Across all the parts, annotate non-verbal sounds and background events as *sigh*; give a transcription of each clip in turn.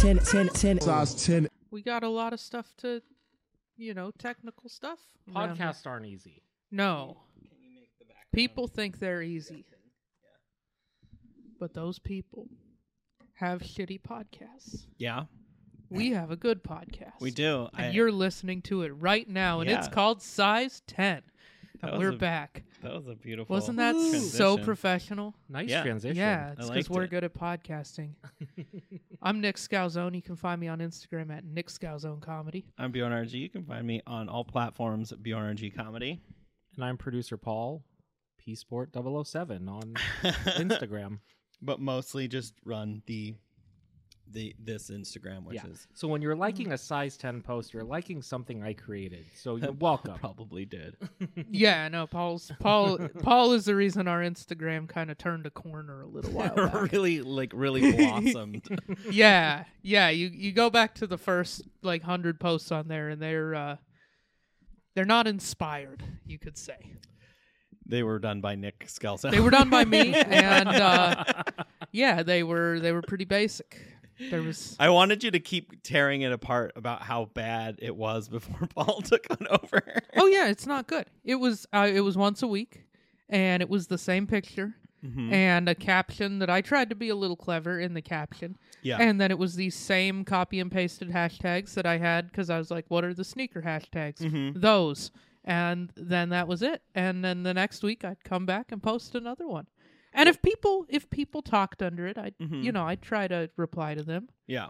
ten, ten, ten, size ten. We got a lot of stuff to, you know, technical stuff. around here. Podcasts aren't easy. No. People think they're e, easy. But those people have shitty podcasts. Yeah, We have a good podcast. we do. And I- you're listening to it right now, and it's Yeah. called Size 10. And That was we're a- back. That was a beautiful. Wasn't that so transition. professional? Nice Yeah. transition. Yeah, I it's because liked we're it. good at *laughs* podcasting. I'm Nick Scalzone. You can find me on Instagram at Nick Scalzone Comedy. I'm Bjorn RG. You can find me on all platforms at Bjorn RG Comedy. And I'm producer Paul, Psport007 *laughs* on Instagram. but mostly just run the the this Instagram, which yeah. *laughs* is So when you're liking a size 10 post, you're liking something I created. So *laughs* you're welcome. probably did. yeah, no, Paul's *laughs* Paul Paul is the reason our Instagram kind of turned a corner a little *laughs* while back. really like *laughs* really blossomed. yeah, yeah. You you go back to the first like hundred posts on there, and they're uh, they're not inspired. You could say they were done by Nick Skelson. they were done by me, and uh, yeah, they were they were pretty basic. There was *laughs* I wanted you to keep tearing it apart about how bad it was *laughs* before Paul took on over. oh yeah, it's not good. It was uh, it was once a week, and it was the same picture. Hmm. Mm-hmm. And a caption that I tried to be a little clever in the caption. Yeah. And then it was the same copy and pasted hashtags that I had because I was like, what are the sneaker hashtags? Mm-hmm. Those. And then that was it. And then the next week I'd come back and post another one. And if people if people talked under it, I would Mm-hmm. you know, I'd try to reply to them. yeah.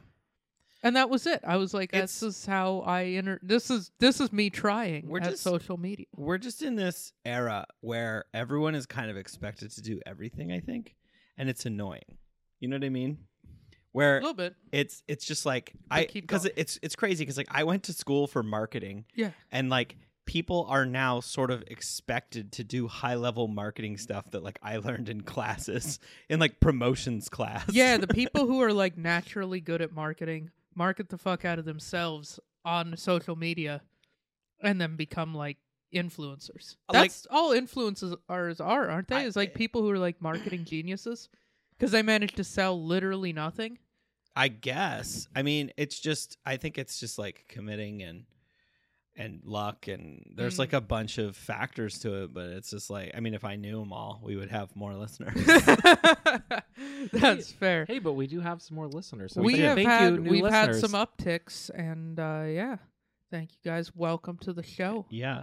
And that was it. I was like, this It's- is how I enter this is this is me trying We're at just- social media. We're just in this era where everyone is kind of expected to do everything, I think, and it's annoying. You know what I mean? A Where little bit. it's it's just like I keep because going. it's it's crazy because like I went to school for marketing Yeah. and like people are now sort of expected to do high level marketing stuff that like I learned in classes *laughs* in like promotions class. *laughs* Yeah, the people who are like naturally good at marketing market the fuck out of themselves on social media and then become like influencers. Like- That's all influencers are is are, aren't they? I- eh Is like people who are like marketing geniuses because they manage to sell literally *laughs* nothing. *laughs* I guess. I mean, it's just I think it's just like committing and and luck and there's Mm. like a bunch of factors to it, but it's just like I mean, if I knew them all, we would have more *laughs* listeners. That's fair. Hey, but we do have some more listeners. So we thank- have thank had you, new we've listeners. had some upticks and uh yeah. Thank you guys. Welcome to the show. yeah.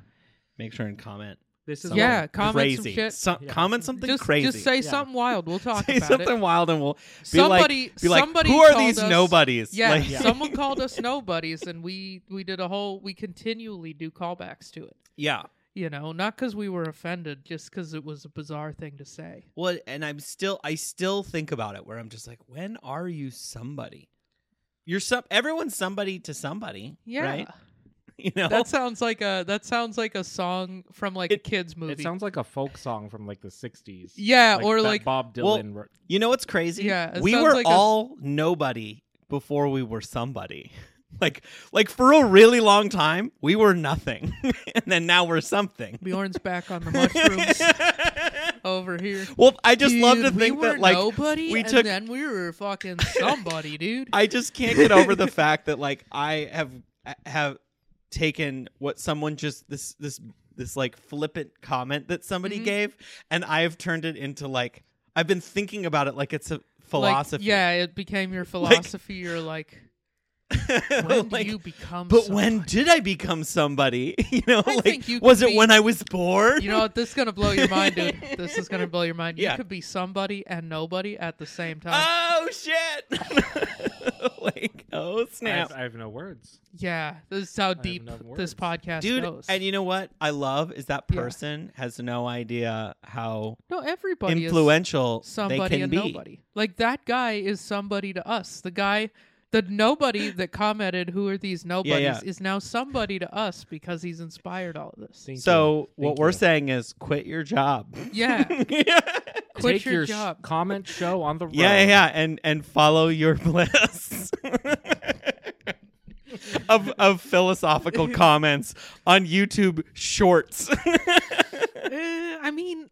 Make sure and comment. This is something Yeah, comment crazy. some shit. Some- Yeah. Comment something just, crazy. just say Yeah. something wild. *laughs* We'll talk Say about it. something wild and we'll be somebody like, be like, somebody who are called these us- nobodies? yeah, Like- someone called us nobodies and we we did a whole we continually do callbacks to it *laughs* yeah. you know not because we were offended just because it was a bizarre thing to *laughs* say Well, and I'm still I still think about it where I'm just like, when are you somebody? You're some everyone's somebody to somebody. yeah Right? *laughs* You know? that sounds like a that sounds like a song from like a It- kids movie It sounds like a folk song from like the 60s. yeah or that like Bob Well, Dylan. wrote. you know what's crazy? Yeah, it We sounds were like a- all nobody before we were somebody. *laughs* Like like for a really long time, we were nothing. *laughs* and then now we're something. bjorn's back *laughs* on the mushrooms over here Well, I just love to Dude, think we were that like nobody we and took then we were fucking *laughs* somebody dude I just can't get over the fact that like I have uh, have taken what someone just this this this like flippant comment that somebody Mm-hmm. gave and I've turned it into like I've been thinking about it like it's a Like, philosophy. *laughs* yeah it became your philosophy you're like when Like, do you become but somebody? when did I become somebody? *laughs* You know, I like think you was could it be- when I was born? You know *laughs* what? This is gonna blow your mind, dude. This is gonna blow your mind. Yeah. You could be somebody and nobody at the same time. oh shit. *laughs* like oh I snap. have, I have no words. yeah, this is how deep no this words. podcast Dude, goes. and you know what I love is that Yeah. person has no idea how no, everybody influential is somebody they can and be. nobody. Like that guy is somebody to us. The guy, the nobody that commented, "Who are these nobodies?" yeah. is now somebody to us because he's inspired all of this. Thank you. So what Thank we're you. saying is quit your *laughs* job. Yeah, yeah, quit Take your, your sh- job. comment show on the road. *laughs* yeah, yeah, and and follow your *laughs* bliss. of *laughs* of philosophical comments on YouTube shorts. *laughs* Eh, I mean,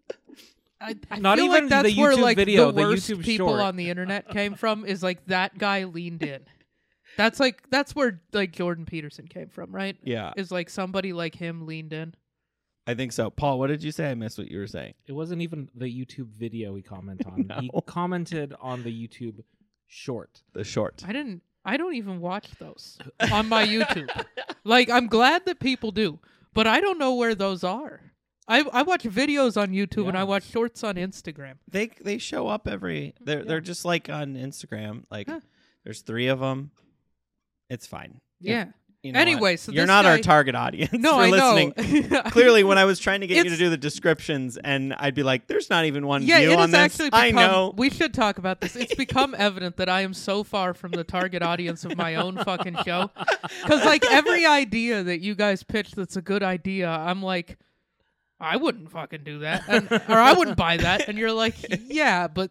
I, I Not feel even like that's the where YouTube like video, the the worst YouTube people short. on the internet came from. Is like that guy leaned in. That's like that's where like Jordan Peterson came from, right? Yeah, Is like somebody like him leaned in. I think so. Paul, what did you say? I missed what you were saying. It wasn't even the YouTube video he commented *laughs* on. He No. commented on the YouTube short. The short. I didn't. I don't even watch those on my YouTube. *laughs* like I'm glad that people do, but I don't know where those are. I I watch videos on YouTube and Yeah. I watch shorts on Instagram. They they show up every. They're they're just like on Instagram. Like Huh. there's three of them. It's fine. Yeah. You know Anyway, what? so you're this not our guy- target audience. No, for I *laughs* listening. know. Clearly, when I was trying to get you to It's- do the descriptions, and I'd be like, "There's not even one yeah, view it on has this." actually. Become, I know. *laughs* We should talk about this. It's become evident that I am so far from the target audience of my own fucking show, because like every idea that you guys pitch that's a good idea, I'm like. I wouldn't fucking do that, and, or I wouldn't buy that. And you're like, yeah, but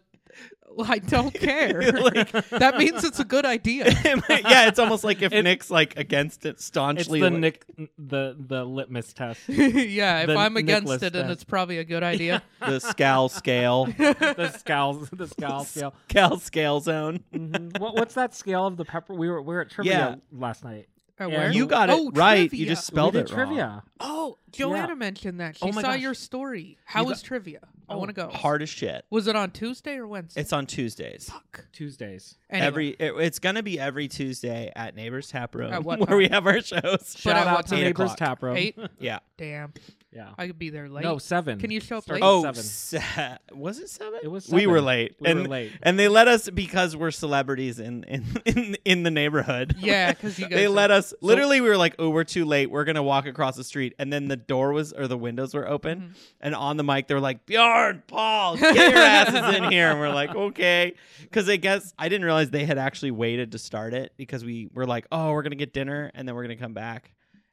I don't care. Like- *laughs* that means it's a good idea. *laughs* yeah, it's almost like if It- Nick's like against it It's staunchly. the like- Nick, the the litmus test. *laughs* yeah, if The I'm against Nicholas it, then test. it's probably a good idea. the *laughs* scowl scale, The scales, the scale scale. scowl scale zone. Mhm. What, what's that scale of the pepper? We were we were at trivia Yeah. last night. Or Yeah. where- You got it Oh, right. You trivia. just spelled we it did trivia. wrong. Oh, Joanna Yeah. mentioned that. She Oh my saw gosh. your story. How You was trivia? I Oh, want to go. Hard as shit. Was it on Tuesday or Wednesday? It's on Tuesdays. Fuck. Tuesdays. Anyway, Every it- it's gonna be every Tuesday at Neighbors Tap Room At *laughs* where what we have our shows. But Shout at out what to time? neighbors Eight tap room. eight. Yeah. Damn, Yeah. I could be there late. No seven. Can you show up Starts late? at Oh, seven. se- was it seven? It was We were seven. late. We were and, late. And they let us because we're celebrities in in *laughs* in, in the neighborhood. yeah, because *laughs* you guys. *laughs* They let us literally. We were like, "Oh, we're too late. We're gonna walk across the street." And then the door was or the windows were open, Mm-hmm. and on the mic they were like, "Bjorn, Paul, get your asses in here." And we're like, "Okay," because I guess I didn't realize they had actually waited to start it because we were like, "Oh, we're gonna get dinner, and then we're gonna come back,"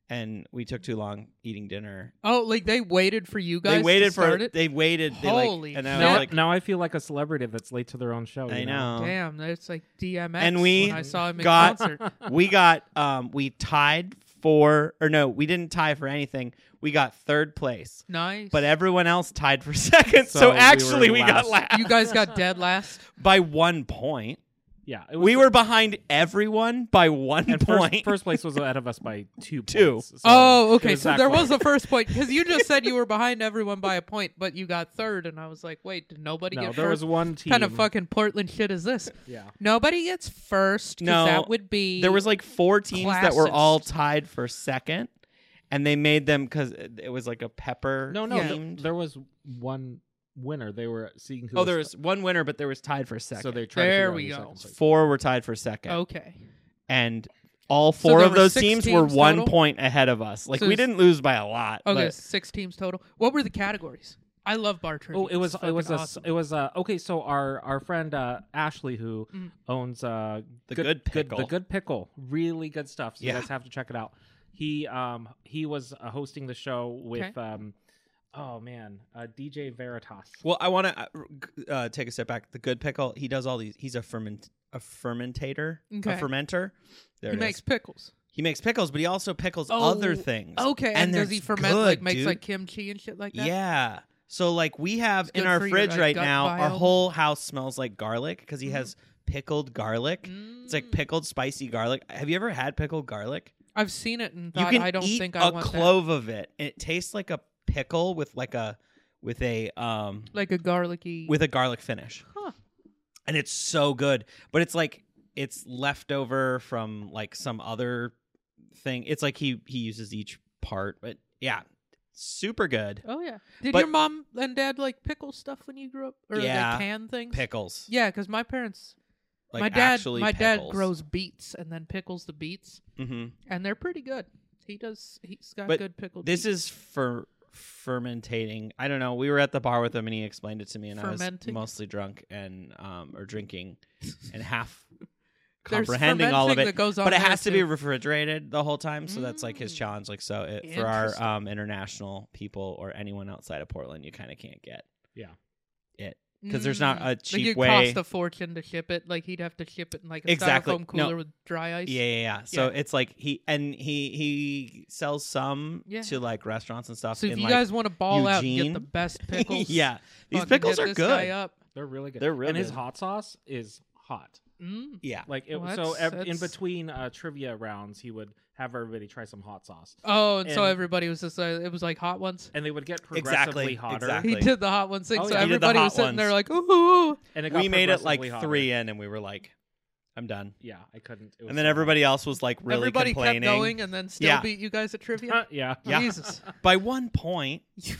and we took too long eating dinner. Oh, like they waited for you guys. they waited to start for it. they waited. They Holy like, and I was Now, like, now I feel like a celebrity that's late to their own show. I you know. Damn, that's like DMX. And we when I saw him in got- concert. *laughs* we got um we tied for or no we didn't tie for anything we got third place Nice, but everyone else tied for *laughs* second so, So we were actually we, got last. last you guys got dead *laughs* last. by one point Yeah. it was we the- were behind everyone by one and first, point first place was ahead of us by two. Two. Points, so Oh, it okay. So that there close. was a first point because you just said you *laughs* were behind everyone by a point, but you got third, and I was like, wait, did nobody no. get There first? was one team. kind of fucking Portland shit is this? Yeah. Nobody gets first. 'cause No, that would be *laughs* there was like four teams that were Classist. all tied for second and they made them because it was like a pepper No, no. Yeah. th- themed. there was one winner. They were seeing who. oh there was. was one winner but there was tied for second So they tried. to figure There out we who go. second place- four were tied for second okay. and all So four there of were those six teams, were teams one total? point ahead of us. Like So we it's- didn't lose by a lot. Okay, but- Oh, six teams total. What were the categories? I love bar trivia. Oh, it was It's it was fucking a awesome. it was uh okay. So our our friend uh, Ashley who Mm. owns uh The Good Pickle. the good pickle really good stuff. So Yeah. you guys have to check it out. He um he was uh, hosting the show with Okay. um oh man uh, DJ Veritas. well, I want to uh, uh, take a step back. The good pickle, he does all these. He's a ferment, a fermentator, a Okay. fermenter. There He it makes is. pickles. He makes pickles, but he also pickles Oh, other things. Okay, and, and does they're he ferment good, like makes dude. like kimchi and shit like that? Yeah. So like we have It's in good our for your, fridge like, right gut now, our biome. whole house smells like garlic because he has pickled garlic. It's like Mm. pickled spicy garlic. Have you ever had pickled garlic? I've seen it and you thought can I don't eat think a I want clove of it, and it tastes like a pickle with like a with a um that. Like a garlicky. with a garlic finish, Huh. and it's so good. But it's like it's leftover from like some other thing. It's like he he uses each part, but yeah, super good Oh yeah. Did But- your mom and dad like pickle stuff when you grew up, or Yeah. like can things? pickles. Yeah, because my parents, like my dad, actually my dad pickles. grows beets and then pickles the beets, Mhm. and they're pretty good. He does. He's got But good pickled. This beets. is for fermentating. I don't know. We were at the bar with him and he explained it to me and I was Fermenting? mostly drunk and um or drinking *laughs* and half There's comprehending all of fermenting it. that goes on but it there, has to be too. refrigerated the whole time, so that's like his Mm. challenge like so it, for our Interesting. um international people or anyone outside of Portland, you kind of can't get. Yeah. It 'cause there's not a Mm. Like, cheap it'd way- cost a fortune to ship it. Like he'd have to ship it in like a Exactly. styrofoam No. cooler with dry ice. Yeah, yeah, yeah. So it's like he and he he sells some Yeah. to like restaurants and stuff So if in you like guys want to ball out and get the Eugene. *laughs* best pickles, yeah. These fucking pickles hit are this guy good. up. They're really good. They're really and his good. hot sauce is hot. Mm. Yeah. Like it, Well, so ev- that's- in that's- between uh, trivia rounds, he would have everybody try some hot sauce, Oh, and, so And- everybody was just uh, it was like hot ones. and they would get Exactly, progressively hotter. exactly. He did the hot ones thing, Oh, so yeah. He did the everybody hot was sitting there ones. like, ooh. And it got We made it like progressively hotter. three in, and we were like, "I'm done." Yeah, I couldn't. It was And then too hot. everybody else was like really everybody complaining kept going and then still Yeah. beat you guys at trivia. Uh, *laughs* yeah. Yeah. *laughs* Jesus. *laughs* by one point. If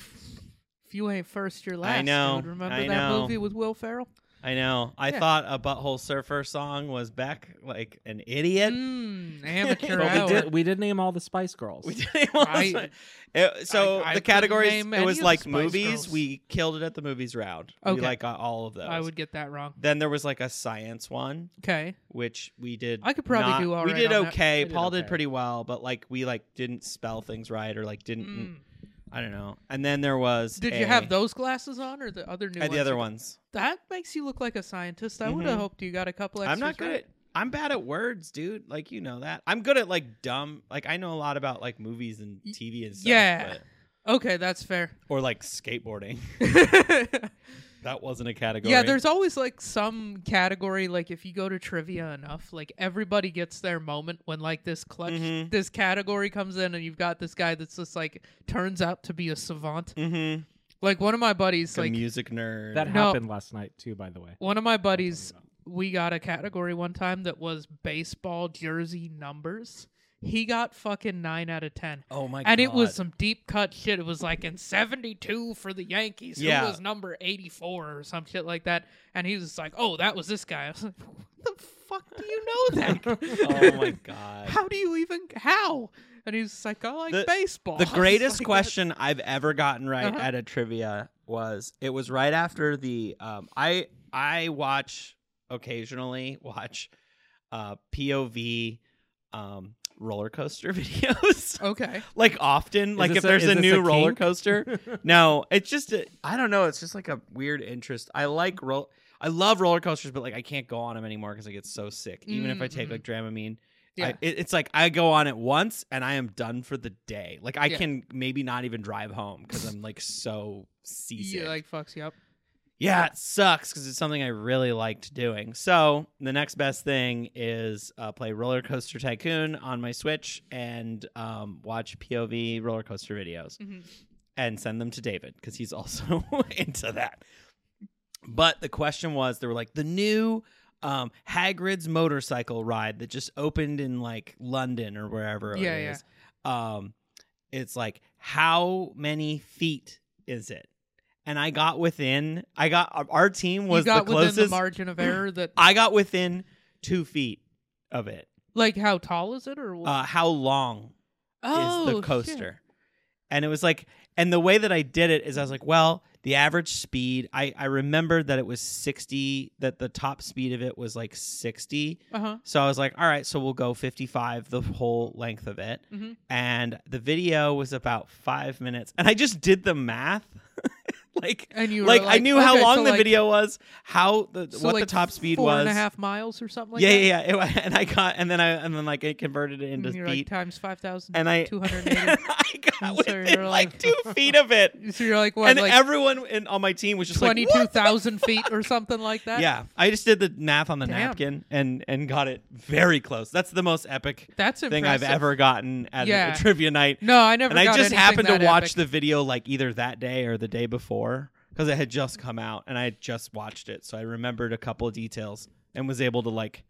you ain't first, you're last. know. Dude. Remember that I know. movie with Will Ferrell? I know. I Yeah. thought a butthole surfer song was Beck like an idiot. Mm, amateur *laughs* But But hour. we did. We did name all the Spice Girls. We didn't want I- to- It- so I- I the couldn't categories name it any was of the like Spice movies. Girls. We killed it at the movies round. We Okay. like got all of those. I would get that wrong. Then there was like a science one, Okay. which we did. I could probably not- do all We right did on that. okay. I did Paul did okay. pretty well, but like we like didn't spell things right or like didn't. Mm. I don't know. And then there was. Did a- you have those glasses on or the other new Uh, ones? the other you- ones. That makes you look like a scientist. I would Mhm. have hoped you got a couple extra. I'm not good at. I'm bad at words, dude. Like you know that. I'm good at like dumb. Like I know a lot about like movies and Y- TV and stuff. yeah. but- Okay, that's *laughs* fair. or like skateboarding. *laughs* that wasn't a category. *laughs* yeah, there's always like some category like if you go to trivia enough, like everybody gets their moment when like this clutch Mhm. this category comes in and you've got this guy that's just like turns out to be a savant. Mm-hmm. Like one of my buddies like like a music nerd. That No. happened last night too, by the way. one of my buddies we got a category one time that was baseball jersey numbers. He got fucking 9 out of 10. oh my and it was some deep cut shit. It was like in '72 for the Yankees, Yeah. who was number 84 or some shit like that. And he was just like, "Oh, that was this guy." *laughs* I was like, "What the fuck do you *laughs* know *laughs* that? oh my god. How do you even how?" And he's just like, "I like The- baseball." The *laughs* I was greatest like, question I've ever gotten right Uh-huh. at a trivia was it was right after the um, I I watch occasionally watch uh, POV um, roller coaster *laughs* videos. Okay. like often, like this if a- there's is a this new a roller kink? coaster. no, it's just I I don't know. It's just like a weird interest. I like roll. I love roller coasters, but like I can't go on them anymore because I get so sick. Even if I take Mm-hmm. Mm, like Dramamine. Yeah. I, it, it's like I go on it once and I am done for the day. Like I Yeah. can maybe not even drive home because I'm like so seasick. Yeah, like fucks you up. yeah, it sucks because it's something I really liked doing. So the next best thing is uh, play Roller Coaster Tycoon on my Switch and um, watch POV roller coaster videos Mhm. and send them to David because he's also *laughs* into that. But the question was, they were like the new um, Hagrid's motorcycle ride that just opened in like London or wherever it is. Yeah, yeah. Um, it's like how many feet is it? And I got within. I got our team was you got the within the closest. margin of error that, *clears throat* I got within two feet of it. like, how tall is it or what? Uh, how long oh, Uh, is the shit. coaster. And it was like, and the way that I did it is I was like, well, the average speed, I, I remembered that it was 60, that the top speed of it was like 60. Uh-huh. So I was like, all right, so we'll go 55 the whole length of it. Mhm. And the video was about five minutes. And I just did the math. *laughs* like, And you were like, like, I knew how okay, long so the like- video was, how the, So what like the top speed four was. and a half miles or something like yeah, that. yeah, *laughs* yeah. It- and I got, and then I, and then like it converted it into And you're feet like times five thousand and I two hundred eighty. and *laughs* I got I'm sorry, within like, you're like- two *laughs* feet of it, so you're like what, and like everyone in, on my team was just like, twenty-two "What?" thousand feet or something like that? Yeah, I just did the math on the Damn. napkin and and got it very close. That's the most epic that's thing impressive. I've ever gotten at a- Yeah. a trivia night. No, I never. and I got just anything happened to that watch epic. the video like either that day or the day before because it had just come out and I had just watched it, so I remembered a couple of details and was able to like.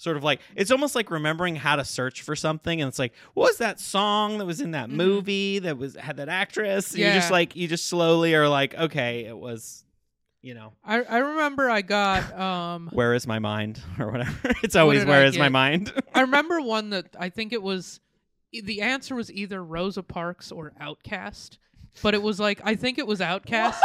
Sort of like it's almost like remembering how to search for something, and it's like, what was that song that was in that Mhm. movie that was had that actress? And You just Yeah. like you just slowly are like, okay, it was, you know, I, I remember I got um where is my mind *laughs* or whatever. It's always did where I is my get? mind. *laughs* I remember one that I think it was e, the answer was either Rosa Parks or Outcast, but it was like I think it was Outcast,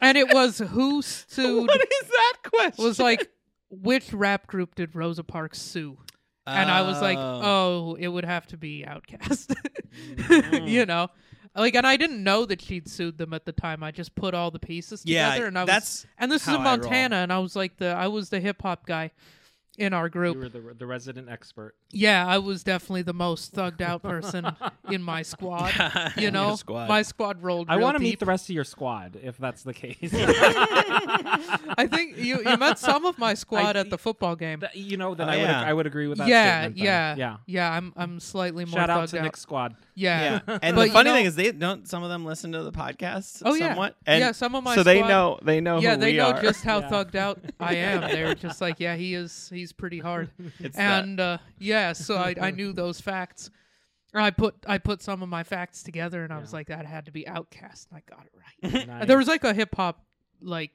and it was who sued *laughs* what is that question? was like which rap group did Rosa Parks sue? and I was like, Um, "Oh, it would have to be Outcast," *laughs* you know, like, and I didn't know that she'd sued them at the time. I just put all the pieces yeah, together, and I was, that's and this is how in I roll. Montana, and I was like the I was the hip hop guy, in our You group. were the, the resident expert. Yeah, I was definitely the most thugged out person in my squad. *laughs* You know, squad. my squad rolled. I real want to meet deep. the rest of your squad if that's the *laughs* case. I think you you met some of my squad at the football game. Th- you know, then Oh, I would yeah. I would agree with that. yeah, statement then. yeah, yeah. yeah. I'm I'm slightly more Shout out thugged to Nick's squad. Yeah. Yeah. And But the you funny know- thing is they don't some of them listen to the podcast Oh, yeah. somewhat. Yeah, And some of my So they squad- know they know yeah, who they we know are. just how Yeah. thugged out I am. They were just like, yeah, he is. He's pretty hard. *laughs* It's that. and uh, yeah, so I, I knew those facts. I put I put some of my facts together, and I was Yeah. like, that had to be Outcast, and I got it right. Nice. There was like a hip hop like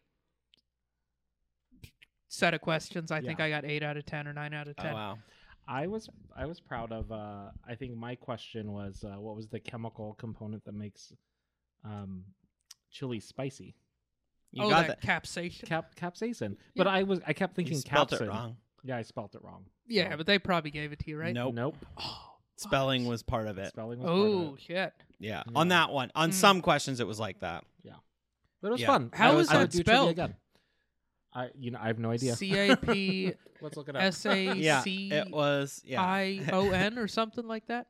set of questions. I think Yeah. I got eight out of ten or nine out of ten. Oh, wow. I was I was proud of. Uh, I think my question was, uh, what was the chemical component that makes um, chili spicy? You oh, got that that. capsation. Cap capsaicin. But Yeah. I was I kept You thinking spelled capsin. it wrong. Yeah, I spelt it wrong. yeah, but they probably gave it to you, right? Nope. Nope. Spelling was part of it. Spelling was. part of Oh it. shit! Yeah. Yeah. On that one. On Mm. some questions it was like that. But it was Yeah. fun. How I would- is I would that do trivia spelled? Again. I you know I have no idea. C A P *laughs* Let's look it up. S A *laughs* *laughs* Yeah. C E It was yeah. I O N or something like that.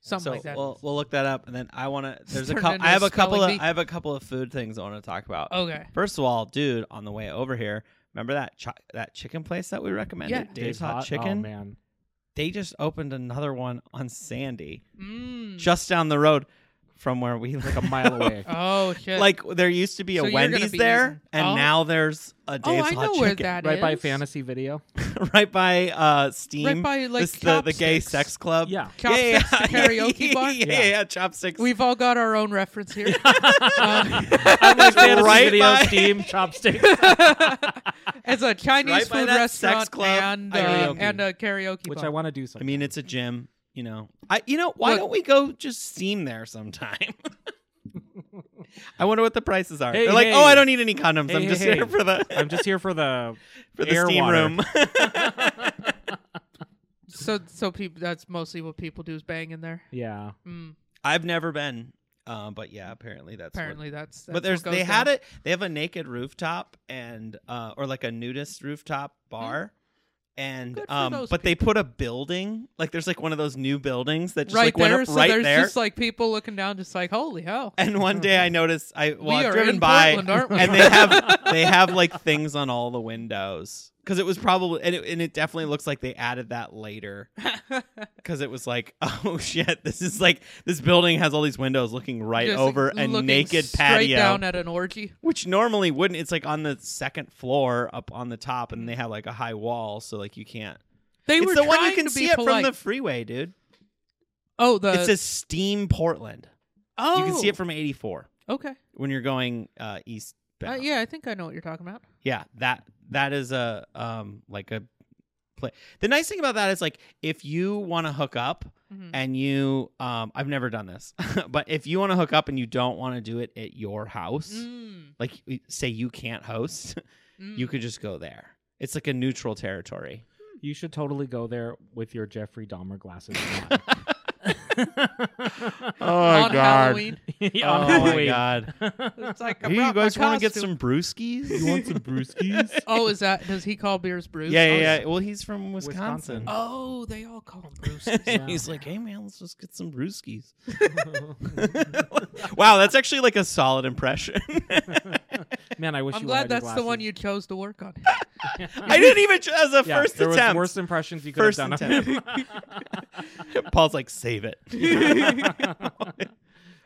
Something so like that. we'll we'll look that up and then I want *laughs* to there's a Turned couple into a I have a couple of spelling bee. Oh. I have a couple of food things I want to talk about. okay. First of all, dude, on the way over here, remember that chi- that chicken place that we recommended, Yeah. Dave's, Hot, Chicken? Oh man. They just opened another one on Sandy, Mm. just down the road from where we live. Like a *laughs* mile away. Oh shit! like there used to be So a you're gonna Wendy's be there, eating- and Oh. now there's a oh, Dave's I Hot know Chicken where that is. right by fantasy video. *laughs* right by uh, Steam, Right by, like, This- the, the gay chopsticks. sex club. *laughs* Yeah. Chopsticks, the karaoke bar? Yeah, yeah, Yeah. yeah, chopsticks. We've all got our own reference *laughs* here. Um, I'm like fantasy *laughs* Right video, by- steam, *laughs* chopsticks. it's a Chinese Right by food that restaurant sex club, and uh, karaoke. and a karaoke which bar. I want to do I something. mean, it's a gym. You know, I. You know, why Look- don't we go just steam there sometime? *laughs* I wonder what the prices are. Hey, They're like, hey. oh, I don't need any condoms. Hey, I'm hey, just hey. here for the I'm just here for the *laughs* for the air steam water. room. so so people. That's mostly what people do is bang in there. Yeah, Mm, I've never been, uh, but yeah, apparently that's what- apparently that's, that's but there's what they goes had down. it. They have a naked rooftop and uh, or like a nudist rooftop bar. Hmm. And Good for um, those but they put a building like there's like one of those new buildings that just right like went there. up so right there's there. just like people looking down, just like holy hell. And one day I noticed I well we I've are driven in by Portland, aren't we? and they have they have like things on all the windows because it was probably and it, and it definitely looks like they added *laughs* that later because it was like *laughs* oh shit this is like this building has all these windows looking right Just over a looking naked straight patio down at an orgy. which normally wouldn't it's like on the second floor up on the top and they have like a high wall so like you can't They it's were the trying one you can to be see it polite. from the freeway dude oh the it says steam portland oh you can see it from 84 okay when you're going uh east Uh, yeah I think I know what you're talking about yeah that that is a um like a play the nice thing about that is like if you want to hook up Mhm. and you um i've never done this *laughs* but if you want to hook up and you don't want to do it at your house Mm, like say you can't host *laughs* mm. you could just go there it's like a neutral territory you should totally go there with your Jeffrey Dahmer *laughs* glasses. on. on *laughs* Halloween. *laughs* Yeah, oh on *laughs* my Halloween. god It's like *laughs* I Hey, you brought my guys want to get costume. some brewskis you want *laughs* some brewskis Oh, is that does he call beers brews? yeah oh, yeah, is- yeah well he's from Wisconsin. wisconsin, Oh, they all call them *laughs* brews. And he's like, "Hey man, let's just get some brewskis." *laughs* wow, that's actually like a solid impression. *laughs* Man, I wish I'm you glad had your that's the one glasses. you chose to work on. I didn't even tr- as a Yeah, first there attempt. was worse impressions you could first have done. *laughs* attempt. *laughs* Paul's like, "Save it."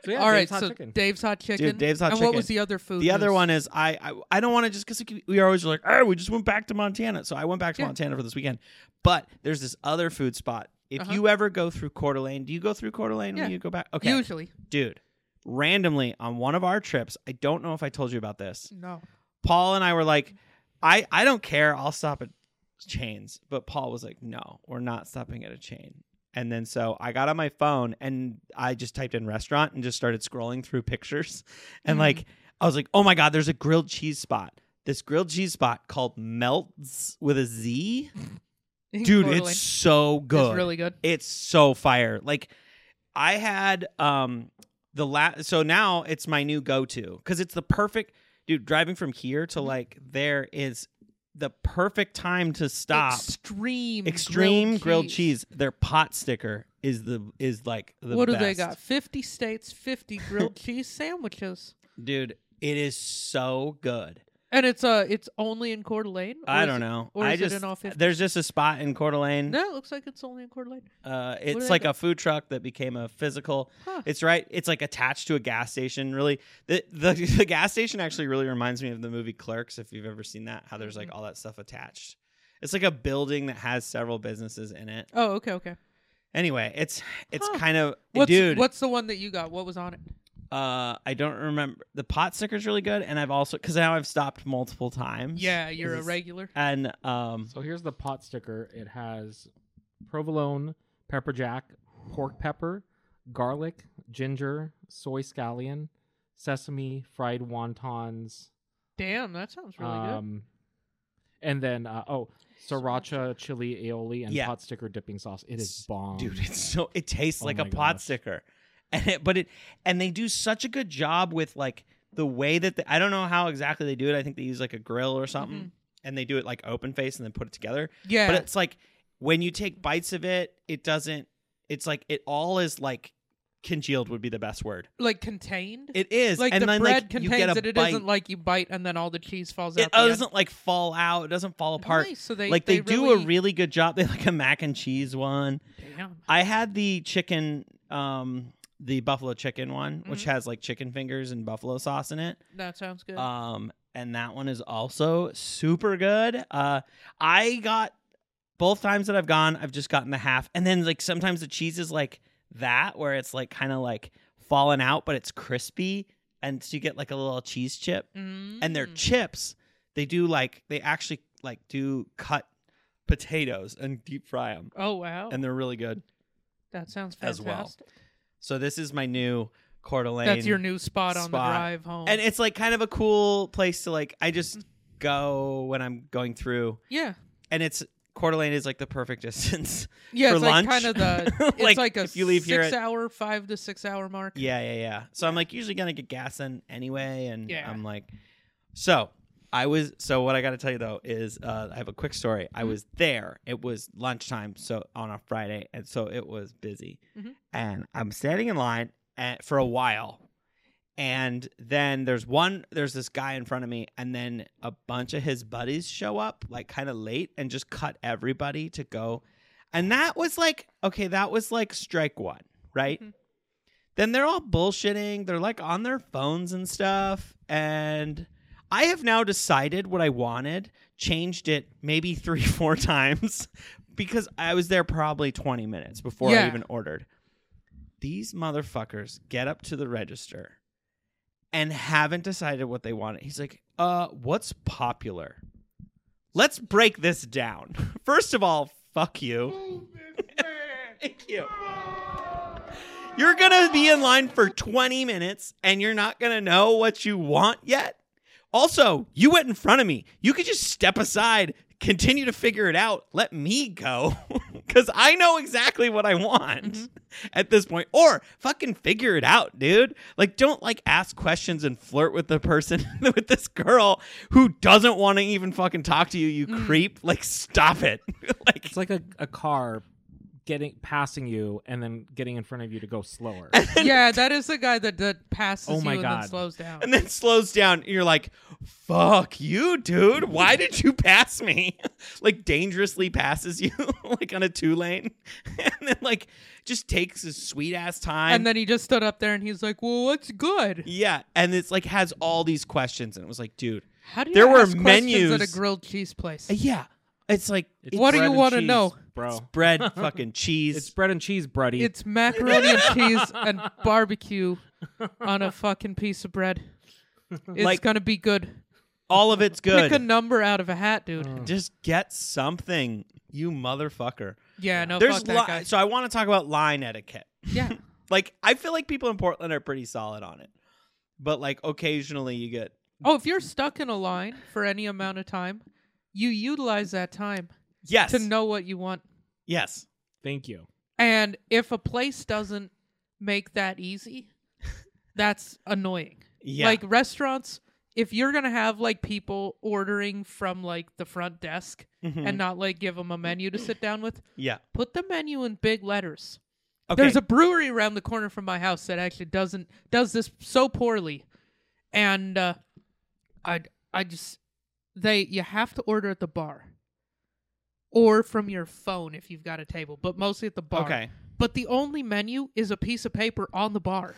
so yeah, all right, Dave's Hot so Chicken. Dave's hot chicken. Dave's Hot and what Chicken. was the other food? *laughs* the other news? one is I I, I don't want to just because we are always like, "Oh, we just went back to Montana," so I went back to Yeah. Montana for this weekend. But there's this other food spot. If Uh-huh. you ever go through Coeur d'Alene, do you go through Coeur d'Alene Yeah. when you go back? Okay, usually dude. Randomly on one of our trips, I don't know if I told you about this. no. Paul and I were like, I, I don't care. I'll stop at chains. But Paul was like, no, we're not stopping at a chain. And then so I got on my phone and I just typed in restaurant and just started scrolling through pictures. *laughs* And like, I was like, oh my God, there's a grilled cheese spot. This grilled cheese spot called Melts with *laughs* a Z. Dude, Coeur it's d'Alene. so good. It's really good. It's so fire. Like I had um the last so now Mm-hmm. it's my new go-to cuz it's the perfect dude driving from here to like there is the perfect time to stop Extreme. extreme grilled, mm, cheese. cheese. Their pot sticker is the is like the what do they best. got? Fifty states, fifty *laughs* grilled cheese sandwiches, dude? It is so good. and it's uh, it's only in Coeur d'Alene. or I is don't it- know. or I is it just in all 50? there's just a spot in Coeur d'Alene. No, it looks like it's only in Coeur d'Alene. Uh, do it's they like do? a food truck that became a physical. Huh. It's right. It's like attached to a gas station. Really, the, the *laughs* the gas station actually really reminds me of the movie Clerks. If you've ever seen that, how there's Mm-hmm. like all that stuff attached. It's like a building that has several businesses in it. Oh, okay, okay. Anyway, it's it's Huh. kind of What's dude. what's the one that you got? What was on it? Uh, I don't remember. The pot sticker's really good, and I've also because now I've stopped multiple times. Yeah, you're a it's- regular. and um, So here's the pot sticker. It has provolone, pepper jack, pork pepper, garlic, ginger, soy scallion, sesame, fried wontons, Damn, that sounds really good. um, and then uh, oh, sriracha, chili aioli, and Yeah. pot sticker dipping sauce. It is It's- bomb, dude it's so it tastes Oh like a my pot gosh. sticker and it but it and they do such a good job with like the way that the, i don't know how exactly they do it i think they use like a grill or something Mhm. and they do it like open face and then put it together Yeah, but it's like when you take bites of it it doesn't it's like it all is like congealed would be the best word like contained. it is like and the then bread like you get contains a it. It bite not like you bite and then all the cheese falls out. it the end. doesn't like fall out it doesn't fall apart Nice, So they like they, do really, a really good job they have, like a mac and cheese one Damn. I had the chicken, um, the buffalo chicken one, which Mm-hmm. has like chicken fingers and buffalo sauce in it. That sounds good. Um, and that one is also super good. Uh, I got both times that I've gone, I've just gotten the half, and then like sometimes the cheese is like that, where it's like kind of like fallen out, but it's crispy, and so you get like a little cheese chip and their Mm. chips they do like they actually like do cut potatoes and deep fry them oh wow, and they're really good that sounds as fantastic. well. so this is my new Coeur d'Alene. That's your new spot on spot. the drive home. Mm-hmm. and it's like kind of a cool place to like. I just go when I'm going through, yeah, and it's Coeur d'Alene is like the perfect *laughs* distance. yeah, for it's lunch. like kind of *laughs* the it's Like, like, a if you leave here six at- hour, five to six hour mark. yeah, yeah, yeah. So I'm like usually gonna get gas in anyway, and Yeah. I'm like, so I was. So what I got to tell you though is uh, I have a quick story. I was there. It was lunchtime, so on a Friday, and so it was busy, Mhm. and I'm standing in line at, for a while. And then there's one, there's this guy in front of me, and then a bunch of his buddies show up, like kind of late, and just cut everybody to go. And that was like, okay, that was like strike one, right? Mhm. Then they're all bullshitting. They're like on their phones and stuff. And I have now decided what I wanted, changed it maybe *laughs* three, four times *laughs* because I was there probably 20 minutes before I Yeah. even ordered. These motherfuckers get up to the register and haven't decided what they wanted. He's like, uh, what's popular? Let's break this down. *laughs* First of all, fuck you. Thank you. You're going to be in line for 20 minutes and you're not going to know what you want yet. Also, you went in front of me. You could just step aside, continue to figure it out, let me go *laughs* cuz I know exactly what I want at this point or fucking figure it out, dude. Like don't like ask questions and flirt with the person *laughs* with this girl who doesn't want to even fucking talk to you, you creep. Like stop it. *laughs* like It's like a, a car getting passing you and then getting in front of you to go slower. yeah, that is the guy that, that passes Oh my you and God. then slows down. *laughs* and then slows down. You're like, fuck you, dude. Why did you pass me? *laughs* like, dangerously passes you, *laughs* like on a two lane. *laughs* and then, like, just takes his sweet ass time. And then he just stood up there and he's like, "Well, what's good? yeah. And it's like, has all these questions. And it was like, dude, How do you There were ask questions at menus. a grilled cheese place? yeah. It's like, It's Uh, What do bread you and wanna cheese, know? bro? *laughs* bread, fucking cheese. It's bread and cheese, buddy. It's macaroni and cheese *laughs* and barbecue on a fucking piece of bread. It's Like- gonna be good. all of it's good. Oh. Pick a number out of a hat, dude. just get something, you motherfucker. yeah, no, There's Oh, fuck that li- guy. so *laughs* I want to talk about line etiquette. Yeah, Like, I feel like people in Portland are pretty solid on it, but like occasionally you get Oh, if you're stuck in a line for any amount of time, you utilize that time Yes. to know what you want. Yes. Thank you. And if a place doesn't make that easy, *laughs* that's annoying. Yeah. Like restaurants, if you're gonna have like people ordering from like the front desk and not like give them a menu to sit down with, Mm-hmm. yeah. put the menu in big letters. Okay. There's a brewery around the corner from my house that actually doesn't does this so poorly, and uh, I I just they you have to order at the bar or from your phone if you've got a table, but mostly at the bar. Okay. But the only menu is a piece of paper on the bar.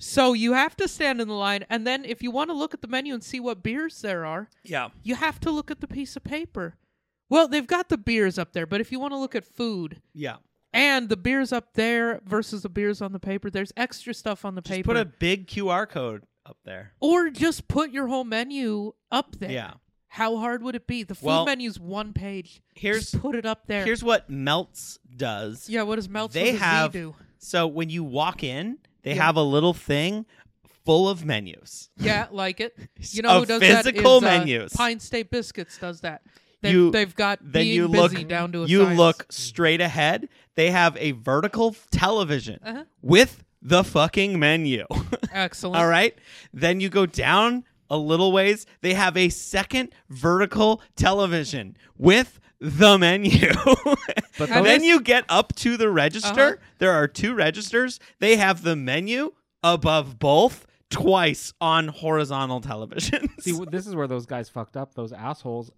So you have to stand in the line and then if you want to look at the menu and see what beers there are, yeah. you have to look at the piece of paper. Well, they've got the beers up there, but if you want to look at food, Yeah. and the beers up there versus the beers on the paper. There's extra stuff on the Just paper. put a big QR code up there. or just put your whole menu up there. Yeah. How hard would it be? The food Well, menu's one page. here's- just put it up there. Here's what Melts does. yeah. What does Melts They what does we have do? so when you walk in, they Yeah. have a little thing full of menus. Yeah, like *laughs* it. You know Of who does physical that? Is, uh, menus. Pine State Biscuits does that. They've, You- they've got Then being you busy look down to a you science. look straight ahead. They have a vertical f- television Uh-huh. with the fucking menu. *laughs* excellent. All right. Then you go down a little ways. They have a second vertical television with the menu. But *laughs* Have And those, then this- you get up to the register. Uh-huh. There are two registers. They have the menu above both twice on horizontal televisions. see, w- this is where those guys fucked up. Those assholes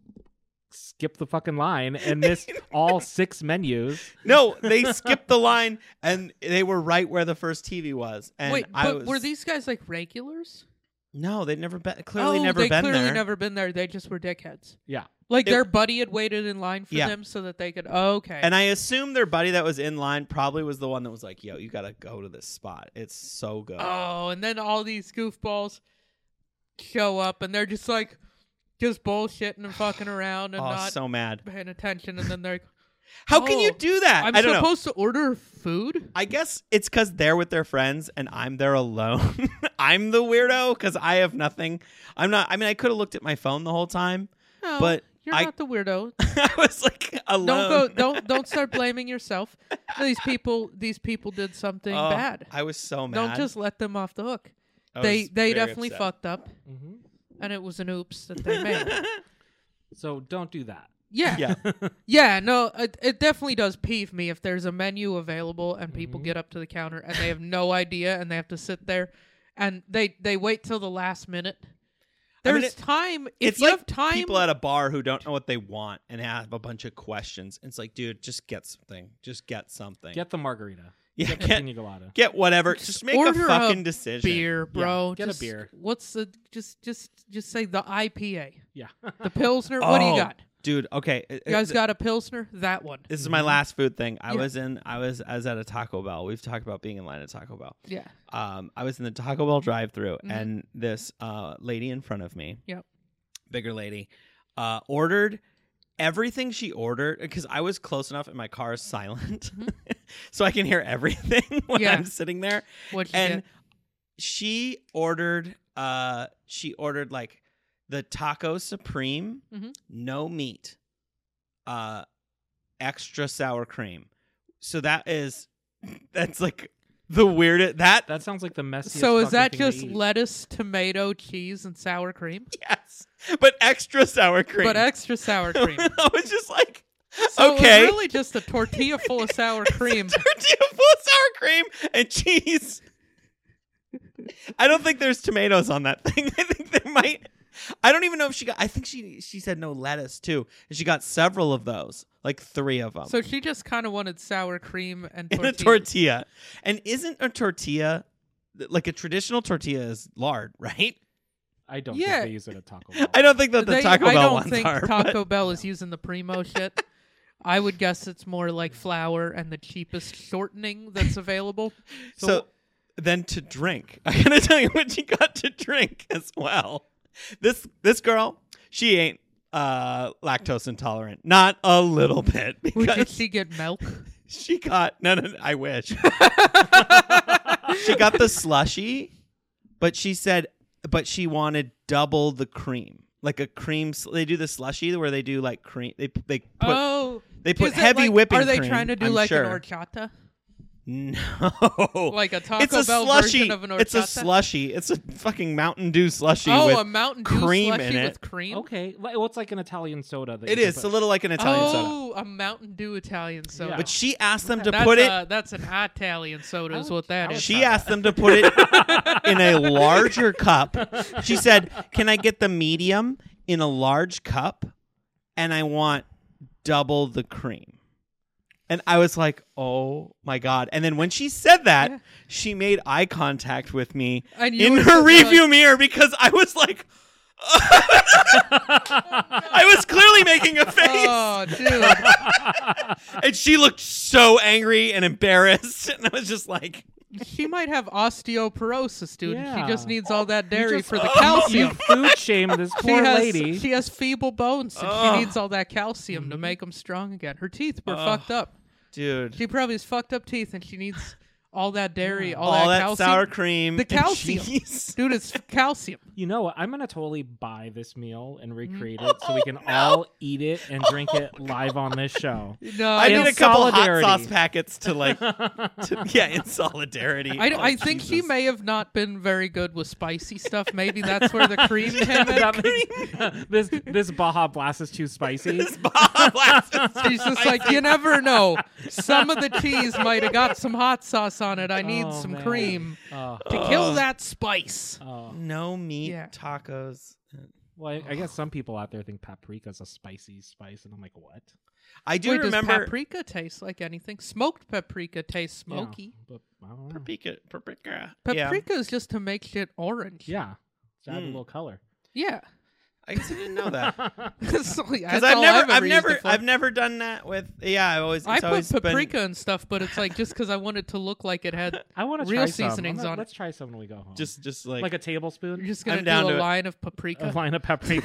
skip the fucking line and miss all six menus. *laughs* no, they skipped the line and they were right where the first TV was. And Wait, I but was, were these guys like regulars? No, they'd never been clearly oh, never they been clearly there. never been there. They just were dickheads. Yeah. Like It- their buddy had waited in line for Yeah. them so that they could. Okay. And I assume their buddy that was in line probably was the one that was like, "Yo, you gotta go to this spot. It's so good." oh, and then all these goofballs show up and they're just like, just bullshitting and fucking around and *sighs* Oh, not so mad. paying attention. And then they're like, How can you oh, do that? I'm I do not know. supposed to order food? I guess it's because they're with their friends and I'm there alone. *laughs* I'm the weirdo because I have nothing. I'm not. I mean, I could have looked at my phone the whole time. No, But you're I- not the weirdo. *laughs* I was like alone. Don't go. Don't don't start blaming yourself. These people. These people did something Oh, bad. I was so mad. Don't just let them off the hook. I was They they very definitely upset. fucked up, hmm and it was an oops that they made. *laughs* So don't do that. Yeah. Yeah. *laughs* Yeah, no, it, it definitely does peeve me if there's a menu available and people Mm-hmm. get up to the counter and they have no idea and they have to sit there and they they wait till the last minute. I There's mean, it- time. If it's you like have time, people at a bar who don't know what they want and have a bunch of questions. It's like, dude, just get something. Just get something. Get the margarita. Yeah, Get the get- pina colada. Get whatever. Just make a order a fucking decision. beer, bro. get a Just- beer. What's the just just just say the IPA, Yeah. *laughs* the Pilsner? What do you Oh, got? dude? Okay, it- You guys it- got a Pilsner? That one. This is my last food thing. I Yeah. was in. I was. I was at a Taco Bell. We've talked about being in line at Taco Bell. Yeah. Um, I was in the Taco Bell drive-through, Mhm. and this uh, lady in front of me, Yep. bigger lady, uh, ordered everything she ordered because I was close enough, and my car is silent, *laughs* so I can hear everything *laughs* when Mm-hmm. Yeah. I'm sitting there. What you and get? she ordered uh she ordered like the taco supreme Mhm. no meat uh extra sour cream so that is *laughs* that's like the weirdest that *laughs* That sounds like the messiest. So is fucking that thing to just eat. lettuce, tomato, cheese, and sour cream? yes but extra sour cream But extra *laughs* sour cream. i was just like So okay it was really just a tortilla full of *laughs* sour cream. tortilla *laughs* full of sour cream and cheese. I don't think there's tomatoes on that thing. *laughs* I think they might. I don't even know if she got. I think she she said no lettuce too, and she got several of those, like three of them, *laughs* So she just kind of wanted sour cream and in tortilla. a tortilla. And isn't a tortilla like a traditional tortilla is lard, right? I don't Yeah. think they use it at *laughs* Taco Bell. I don't think that the They- Taco I Bell don't ones think are. but- Taco Bell is using the primo shit. I would guess it's more like flour and the cheapest shortening that's *laughs* available. So, then to drink, *laughs* I gotta tell you what she got to drink as well. This this girl, she ain't uh, lactose intolerant, not a little bit, *laughs* Would did because she get milk? she got no, no. no, *laughs* I wish she got the slushy, but she said, but she wanted double the cream, like a cream. sl- They do the slushy where they do like cream. They they put oh, they put is it heavy like- whipping Are they cream, trying to do I'm like sure. an horchata? *laughs* No. Like a Taco Oh. it's a Bell slushy. version of an horchata. It's a slushy. It's a fucking Mountain Dew slushy. oh, with, a Mountain Dew cream slushy in it. with cream. Okay, li- well, it's like an Italian soda. That it you can is. It's put- a little like an Italian soda. oh, a Mountain Dew Italian soda. Yeah. But she asked them to that's put it. a- that's an Italian soda, is would- what that I would is. She asked them to put it *laughs* in a larger cup. She said, "Can I get the medium in a large cup? And I want double the cream." And I was like, "Oh my god!" And then when she said that, Yeah. she made eye contact with me And you in were her just like- review mirror because I was like, *laughs* I was clearly making a face, *laughs* Oh, dude. and she looked so angry and embarrassed, *laughs* and I was just like. she might have osteoporosis, dude. and Yeah. She just needs all that You dairy just- for *laughs* the Oh, You calcium. *laughs* food shame this *laughs* She poor has, lady. she has feeble bones, and Ugh. she needs all that calcium to make them strong again. Her teeth were Ugh. fucked up. Dude, She probably has fucked up teeth, and she needs all that dairy, all, all, that, calcium. sour cream, The and calcium. *laughs* cheese. Dude, it's calcium. *laughs* You know what? I'm gonna totally buy this meal and recreate it so we *laughs* can all eat it and Oh drink it live on this show. No, I I, need in a couple solidarity. hot sauce packets to like, to, yeah, in solidarity. I, Oh, I think she *laughs* Jesus. may have not been very good with spicy stuff. Maybe that's where *laughs* the *laughs* *laughs* cream came in. That makes- *laughs* this this Baja Blast is too *laughs* spicy. *laughs* Baja Blast is She's just like, you never know. Some *laughs* of the cheese might have got some hot sauce on it. I need Oh, some man. cream Oh, to kill that spice. oh. no meat Yeah. tacos. Well, I, I guess some people out there think paprika's a spicy spice, and I'm like, what? I do Wait, does remember paprika taste like anything? Smoked paprika tastes Yeah, smoky. but I don't know. paprika. Paprika. Yeah, Paprika is just to make shit orange. Yeah, to add a Mm. little color. Yeah. *laughs* I guess I didn't know that *laughs* *laughs* Because because I've never, I've never, I've never done that with. Yeah, I always. I it's put always been- paprika and stuff, but it's like just because I want it to look like it *laughs* had. I want to Real try some. I'm seasonings gonna- on it. Let's try some when we go home. just, just like, like, a tablespoon. You're just gonna I'm do down a to it. line of *laughs* a paprika. line of paprika.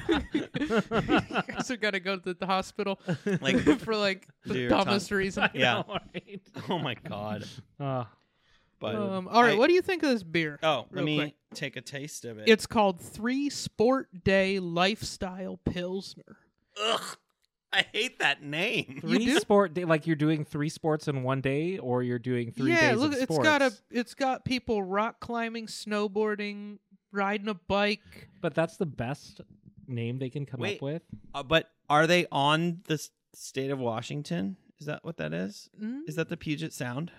*laughs* *laughs* you guys are gonna go to the hospital like, *laughs* *laughs* for like the Dear dumbest reason. yeah. All right. Oh my god. Uh, But Um, all right, *laughs* I- what do you think of this beer? Oh, Real let me quick. take a taste of it. It's called Three Sport Day Lifestyle Pilsner. Ugh, I hate that name. three do? sport day, like you're doing three sports in one day, or you're doing three yeah, days look, of it's sports. got a it's got people rock climbing, snowboarding, riding a bike. But that's the best name they can come Wait. up with. Uh, but are they on the s- state of Washington? Is that what that is? Mm. Is that the Puget Sound?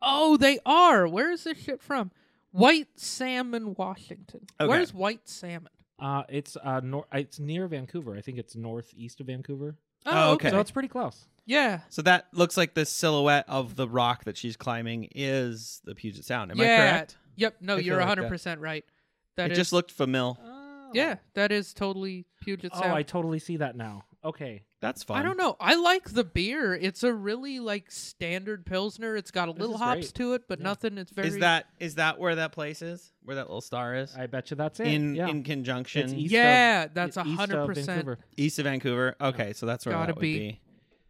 Oh, they are. Where is this shit from? White Salmon, Washington. Okay. Where's White Salmon? Uh, it's uh, nor- it's near Vancouver. I think it's northeast of Vancouver, Oh, okay. so it's pretty close. Yeah. So that looks like the silhouette of the rock that she's climbing is the Puget Sound. Am I yeah. correct? Yep. No, I you're feel like that. 100% right. That is it just looked familiar. Yeah, uh, that is totally Puget Oh, Sound. I totally see that now. Okay. That's fun. I don't know. I like the beer. It's a really like standard pilsner. It's got a little is hops great. to it, but Yeah. nothing. It's very Is that is that where that place is? Where that little star is? I bet you that's it. in yeah. in conjunction It's east, east- yeah? It's That's a east of hundred percent. Vancouver. of Vancouver. Okay, so that's where Gotta that would be. be.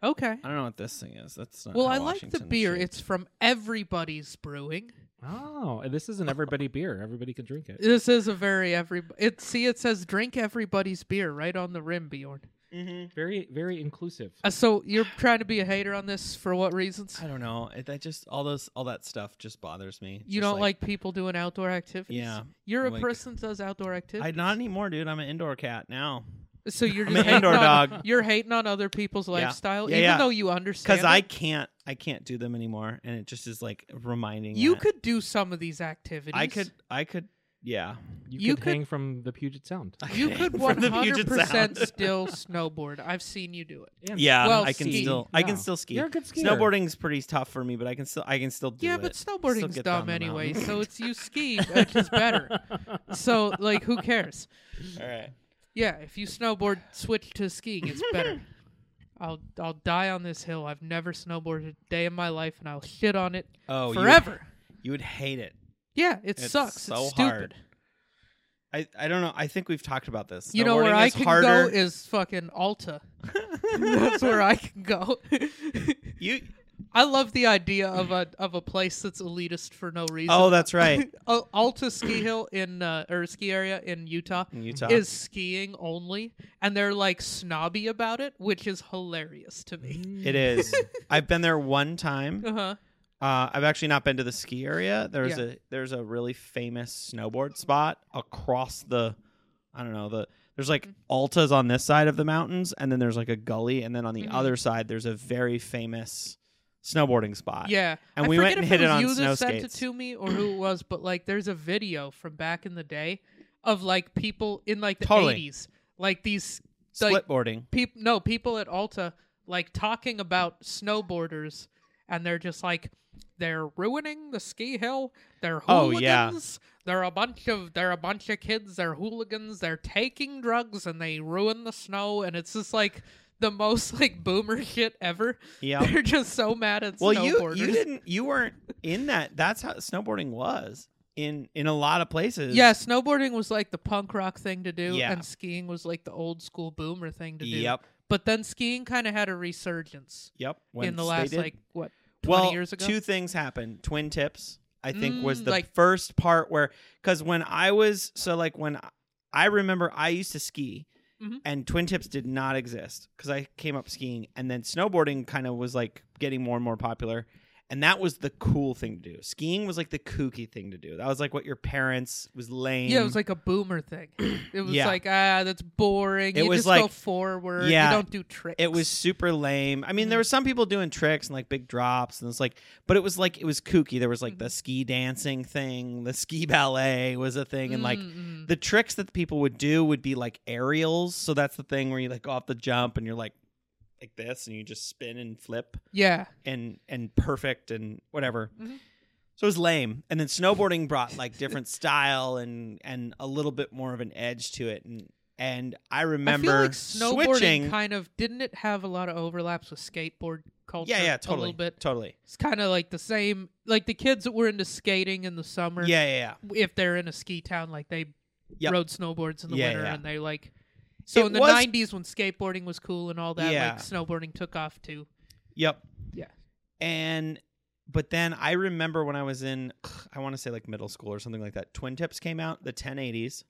Okay. I don't know what this thing is. That's not Well, how I like the Washington's beer. shaped. It's from Everybody's Brewing. Oh, and this is an everybody beer. Everybody can drink it. This is a very every. It see it says drink everybody's beer right on the rim, Bjorn. Very, very inclusive. Uh, so *sighs* you're trying to be a hater on this for what reasons? I don't know. It, that just all those all that stuff just bothers me. You Just don't like, people doing outdoor activities. Yeah, You're a like- person that does outdoor activities. I not anymore, dude. I'm an indoor cat now. So you're I'm just an hating indoor on, dog. You're hating on other people's Yeah. lifestyle, Yeah, even yeah. though you understand. because I it. can't I can't do them anymore, and it just is like reminding you that. could do some of these activities. I could I could yeah *laughs* You, You could, could- hang from the Puget Sound. I You hang *laughs* could from one the hundred Puget Sound. percent still snowboard. I've seen you do it. And *laughs* yeah well, I can ski. still I Yeah. can still ski You're a good skier. snowboarding's pretty tough for me but I can still I can still do yeah, it. but Still snowboarding's get down dumb the anyway, mountain. so *laughs* it's you ski, which is better. So like, who cares? all right Yeah, if you snowboard, switch to skiing. It's *laughs* better. I'll I'll die on this hill. I've never snowboarded a day in my life, and I'll shit on it oh you would- forever. you would hate it Yeah, it It's sucks. so it's stupid. hard. I, I don't know. I think we've talked about this. You know where Snowboarding I is can harder. go *laughs* is fucking Alta. That's where I can go. you *laughs* I love the idea of a of a place that's elitist for no reason. Oh, that's *laughs* right. Al- Alta Ski Hill in uh, or ski area in Utah, In Utah. is skiing only, and they're like snobby about it, which is hilarious to me. Mm. It *laughs* is. I've been there one time. Uh huh. Uh, I've actually not been to the ski area. There's Yeah. a there's a really famous snowboard spot across the, I don't know the. There's like Mm-hmm. altas on this side of the mountains, and then there's like a gully, and then on the Mhm. other side there's a very famous snowboarding spot. Yeah, And I we forget went and if hit it, it was on you snow that sent skates. it to me or who it was, but like, there's a video from back in the day of like people in like the Totally. 80s, like these like Splitboarding. people no people at Alta like talking about snowboarders and they're just like they're ruining the ski hill. They're Oh, yeah. hooligans. They're a bunch of they're a bunch of kids. They're hooligans. They're taking drugs and they ruin the snow. And it's just like the most like boomer shit ever. yeah. *laughs* *laughs* They're just so mad at Well, you snowboarders. you didn't you weren't in that. That's how snowboarding was in in a lot of places. Yeah, snowboarding was like the punk rock thing to do, Yeah. and skiing was like the old school boomer thing to do. Yep. But then skiing kind of had a resurgence Yep. in Once the they last did- like what twenty well, years ago. two things happened. Twin tips, I think, was Mm, the like- first part where because when I was so like when I- I remember I used to ski. Mhm. And twin tips did not exist because I came up skiing, and then snowboarding kind of was like getting more and more popular, and that was the cool thing to do. Skiing was like the kooky thing to do. That was like what your parents was lame. yeah, it was like a boomer *clears throat* thing. It was Yeah. like ah, that's boring. It you was just go like- forward. yeah, you don't do tricks. It was super lame. I Mm-hmm. mean, there were some people doing tricks and like big drops, and it's like, but it was like it was kooky. There was like Mm-hmm. the ski dancing thing, the ski ballet was a thing, and like Mm-mm. the tricks that people would do would be like aerials. So that's the thing where you like go off the jump and you're like like this, and you just spin and flip yeah, and and perfect and whatever. Mhm. So it was lame. And then snowboarding brought like different style and and a little bit more of an edge to it, and and I remember I feel like snowboarding switching. kind of didn't it have a lot of overlaps with skateboard culture? yeah, yeah, a totally, little bit. totally. It's kind of like the same, like the kids that were into skating in the summer. Yeah, yeah, yeah. if they're in a ski town, like they Yep. rode snowboards in the Yeah, winter yeah. and they like. So It in the was- '90s, when skateboarding was cool and all that, Yeah. like snowboarding took off too. Yep. Yeah. And but then I remember when I was in I want to say like middle school or something like that. Twin Tips came out, the 1080s.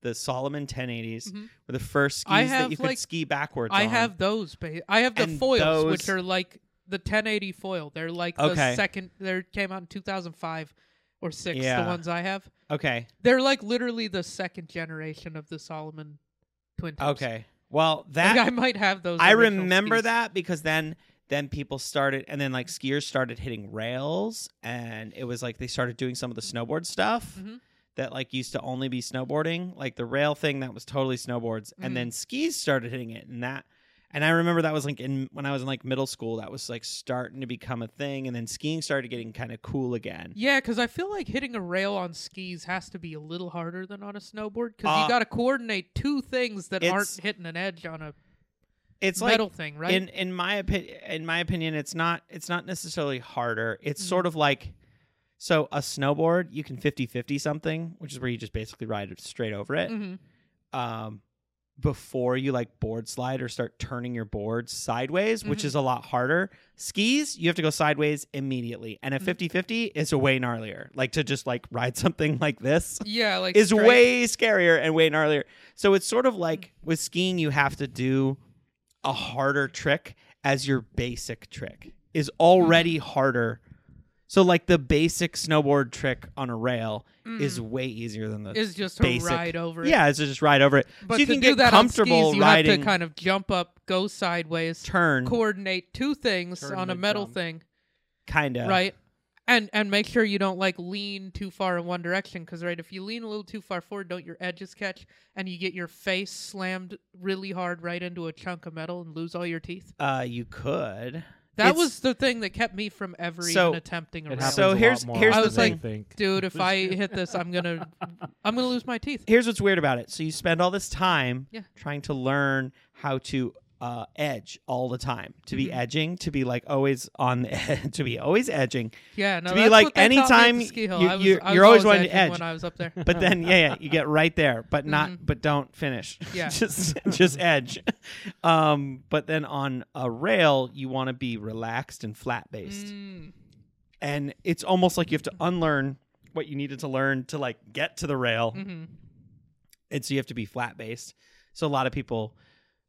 The Solomon 1080s Mhm. were the first I skis that have, you could like- ski backwards I on. have those. Ba- I have the And foils, those- which are like the 1080 foil. They're like Okay. the second. They came out in 2005 or six. Yeah. The ones I have, Okay. they're like literally the second generation of the Solomon twin. Tips. Okay. Well, Like, that I might have those. I original remember skis. that because then then people started and then like skiers started hitting rails and it was like they started doing some of the snowboard stuff Mhm. that like used to only be snowboarding like the rail thing that was totally snowboards Mm-hmm. and then skis started hitting it and that and I remember that was like in when I was in like middle school that was like starting to become a thing and then skiing started getting kind of cool again. Yeah, because I feel like hitting a rail on skis has to be a little harder than on a snowboard because Uh, you got to coordinate two things that it's- aren't hitting an edge on a It's like metal thing, right? in in my opinion in my opinion it's not it's not necessarily harder it's sort of like so a snowboard you can 50-50 something which is where you just basically ride it straight over it hmm um before you like board slide or start turning your board sideways which Mhm. is a lot harder skis you have to go sideways immediately and a Mhm. 50-50 is a way gnarlier like to just like ride *laughs* something like this Yeah, like is straight- way scarier and way gnarlier. So it's sort of like with skiing, you have to do a harder trick as your basic trick is Mm. already harder. So like the basic snowboard trick on a rail is way easier than the Mm. is just to basic. ride over. It. Yeah, it's just ride over it. But so you to can do get that on skis, comfortable you riding, have to kind of jump up, go sideways, turn, coordinate two things Turn on a and metal jump. thing, kind of right? And and make sure you don't like lean too far in one direction because right, if you lean a little too far forward, don't your edges catch and you get your face slammed really hard right into a chunk of metal and lose all your teeth. Uh, you could. That It's- was the thing that kept me from ever So- even attempting a It rail. happens So a lot here's- more here's the than they thing. think. Dude, if I hit this, I'm *laughs* gonna I'm gonna lose my teeth. here's what's weird about it. So you spend all this time Yeah. trying to learn how to uh, edge all the time, to be edging, to be like always on the *laughs* edge, to be always edging. Yeah, no, To be that's like, what they taught me at anytime the ski hill. you- I was, you're- I was you're always wanting to edging edge. when I was up *laughs* there. But then, yeah, yeah, you get right there, but not, but don't finish. Mm-hmm. *laughs* Yeah. just, just edge. Um, but then on a rail, you want to be relaxed and flat based, Mm, and it's almost like you have to unlearn what you needed to learn to like get to the rail, mhm. and so you have to be flat based. So a lot of people,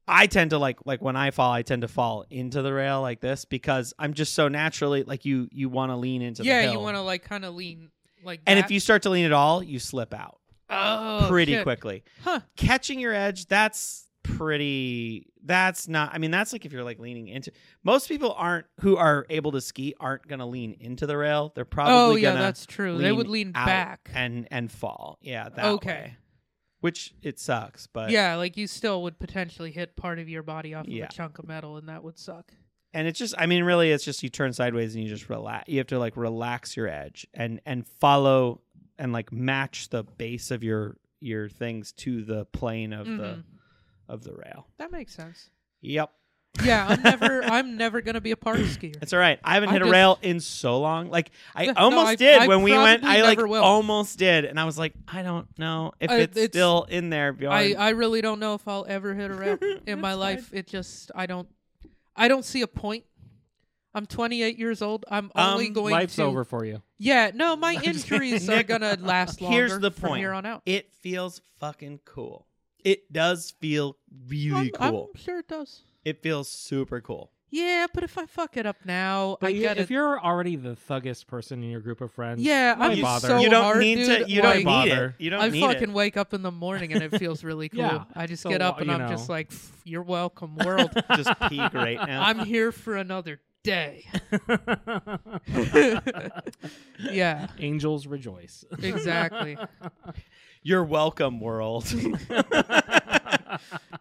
I tend to like like when I fall, I tend to fall into the rail like this because I'm just so naturally like you you want to lean into the Yeah, hill. you want to like kind of lean like. And that. if you start to lean at all, you slip out oh, pretty shit. quickly. Huh. Oh, Catching your edge, that's pretty that's not I mean that's like if you're like leaning into most people aren't who are able to ski aren't going to lean into the rail. They're probably Oh yeah, gonna that's true. They would lean out back. and and fall. Yeah, that Okay. way. Which it sucks, but yeah, like you still would potentially hit part of your body off Yeah. of a chunk of metal, and that would suck. and it's just I mean really it's just you turn sideways and you just relax. You have to like relax your edge and and follow and like match the base of your your things to the plane of the Mhm. of the rail. That makes sense. Yep. Yeah, I'm *laughs* never, I'm never gonna be a park skier. It's all right. I haven't I hit a just- rail in so long. Like I Yeah, *laughs* no, almost I- did I when we went. probably I like never will. almost did, and I was like, I don't know if I- it's, it's- still in there. Bjorn. I, I really don't know if I'll ever hit a rail *laughs* in my That's life. It just, I don't, I don't see a point. I'm 28 years old. I'm only Um, going Life's to. over for you. Yeah, no, *laughs* my just injuries kidding. are gonna last longer. Here's the from point. here on out. it feels fucking cool. It does feel really I'm, cool. I'm sure it does. it feels super cool. Yeah, but if I fuck it up now, But I you- get if it. you're already the thuggest person in your group of friends, Yeah, why I'm bother? so you don't hard, need dude, to. You like- don't need Bother. it. You don't I need fucking *laughs* it. wake up in the morning and it *laughs* feels really cool. Yeah, I just so, uh, get up and you I'm just know. like, "Pff, *laughs* "You're welcome, world. Just peak right now. I'm here for another *laughs* day." *laughs* yeah, Angels rejoice. *laughs* exactly. You're *laughs* welcome, world.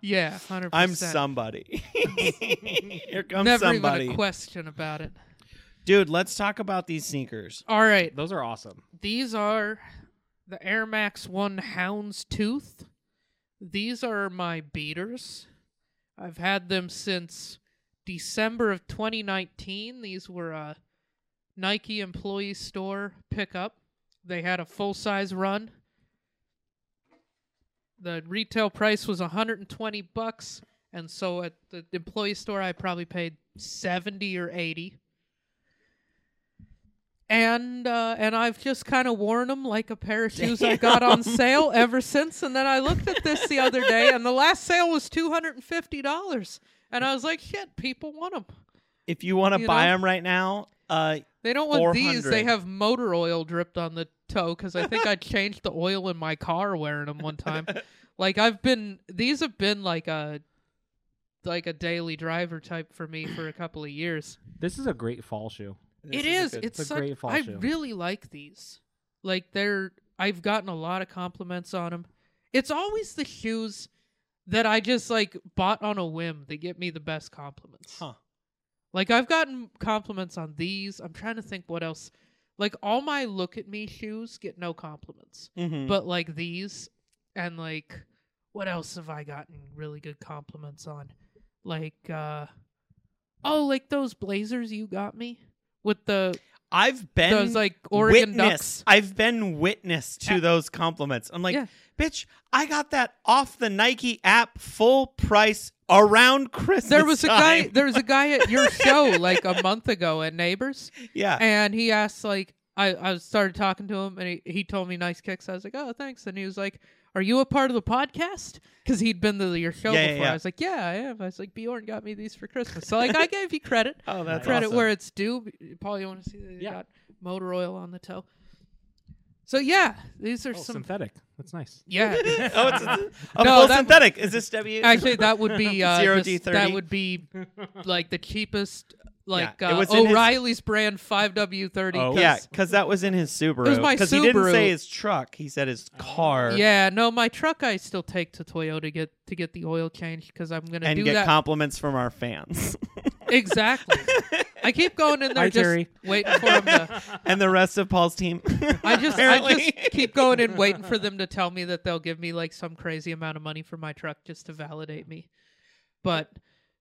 Yeah, hundred percent. I'm somebody. *laughs* Here comes Never even somebody. a question about it. Dude, let's talk about these sneakers. All right, Those are awesome. these are the Air Max One Hound's Tooth. These are my beaters. I've had them since December of 2019. These were a Nike employee store pickup. They had a full size run. The retail price was 120 bucks, and so at the employee store I probably paid 70 or 80 and uh, and I've just kind of worn them like a pair of shoes I got on sale ever since. And then I looked at this the other day, and the last sale was two hundred and fifty dollars, and I was like, shit, people want them. If you want to You buy know? them right now, uh, They don't want these. 400. They have motor oil dripped on the toe because I think I changed the oil in my car wearing them one time. Like I've been, these have been like a like a daily driver type for me for a couple of years. This is a great fall shoe. This it is a is. good- it's it's a such- great fall I shoe. really like these. Like they're. I've gotten a lot of compliments on them. It's always the shoes that I just like bought on a whim that get me the best compliments. Huh. Like I've gotten compliments on these. I'm trying to think what else. Like all my look at me shoes get no compliments, Mhm. but like these and like what else have I gotten really good compliments on? Like uh oh, like those blazers you got me with the I've been those like Oregon witness. *laughs* Ducks. I've been witness to Yeah. those compliments. I'm like, Yeah. bitch, I got that off the Nike app, full price around Christmas. There was a guy. time." There was a guy at your show like a month ago at Neighbors, *laughs* yeah, and he asked like I, I started talking to him, and he, he told me nice kicks. I was like, oh, thanks. And he was like, are you a part of the podcast? Because he'd been to your show Yeah, yeah, before. yeah. I was like, yeah, I am. I was like, Bjorn got me these for Christmas, so like I gave you credit. oh, that's credit awesome. *laughs* where it's due. Paul, you want to see? They Yeah. got motor oil on the toe. So yeah, these are Oh, some. synthetic. That's nice. *laughs* *laughs* yeah, oh, *laughs* it's a, a No, full that- synthetic. Is this W? Actually, *laughs* that would be uh, Zero just- D thirty. That would *laughs* be like the cheapest, like Yeah, it uh, was in his- O'Reilly's brand five W thirty. Oh. yeah, because that was in his Subaru. It was my he didn't Subaru. say his truck. He said his car. yeah. No, my truck I still take to Toyota to get to get the oil changed because I'm gonna and do get that compliments from *laughs* our fans. *laughs* exactly. I keep going in there Hi, just Terry. waiting for them *laughs* to. and the rest of Paul's team. *laughs* I just I Apparently. just keep going and waiting for them to tell me that they'll give me like some crazy amount of money for my truck just to validate me. But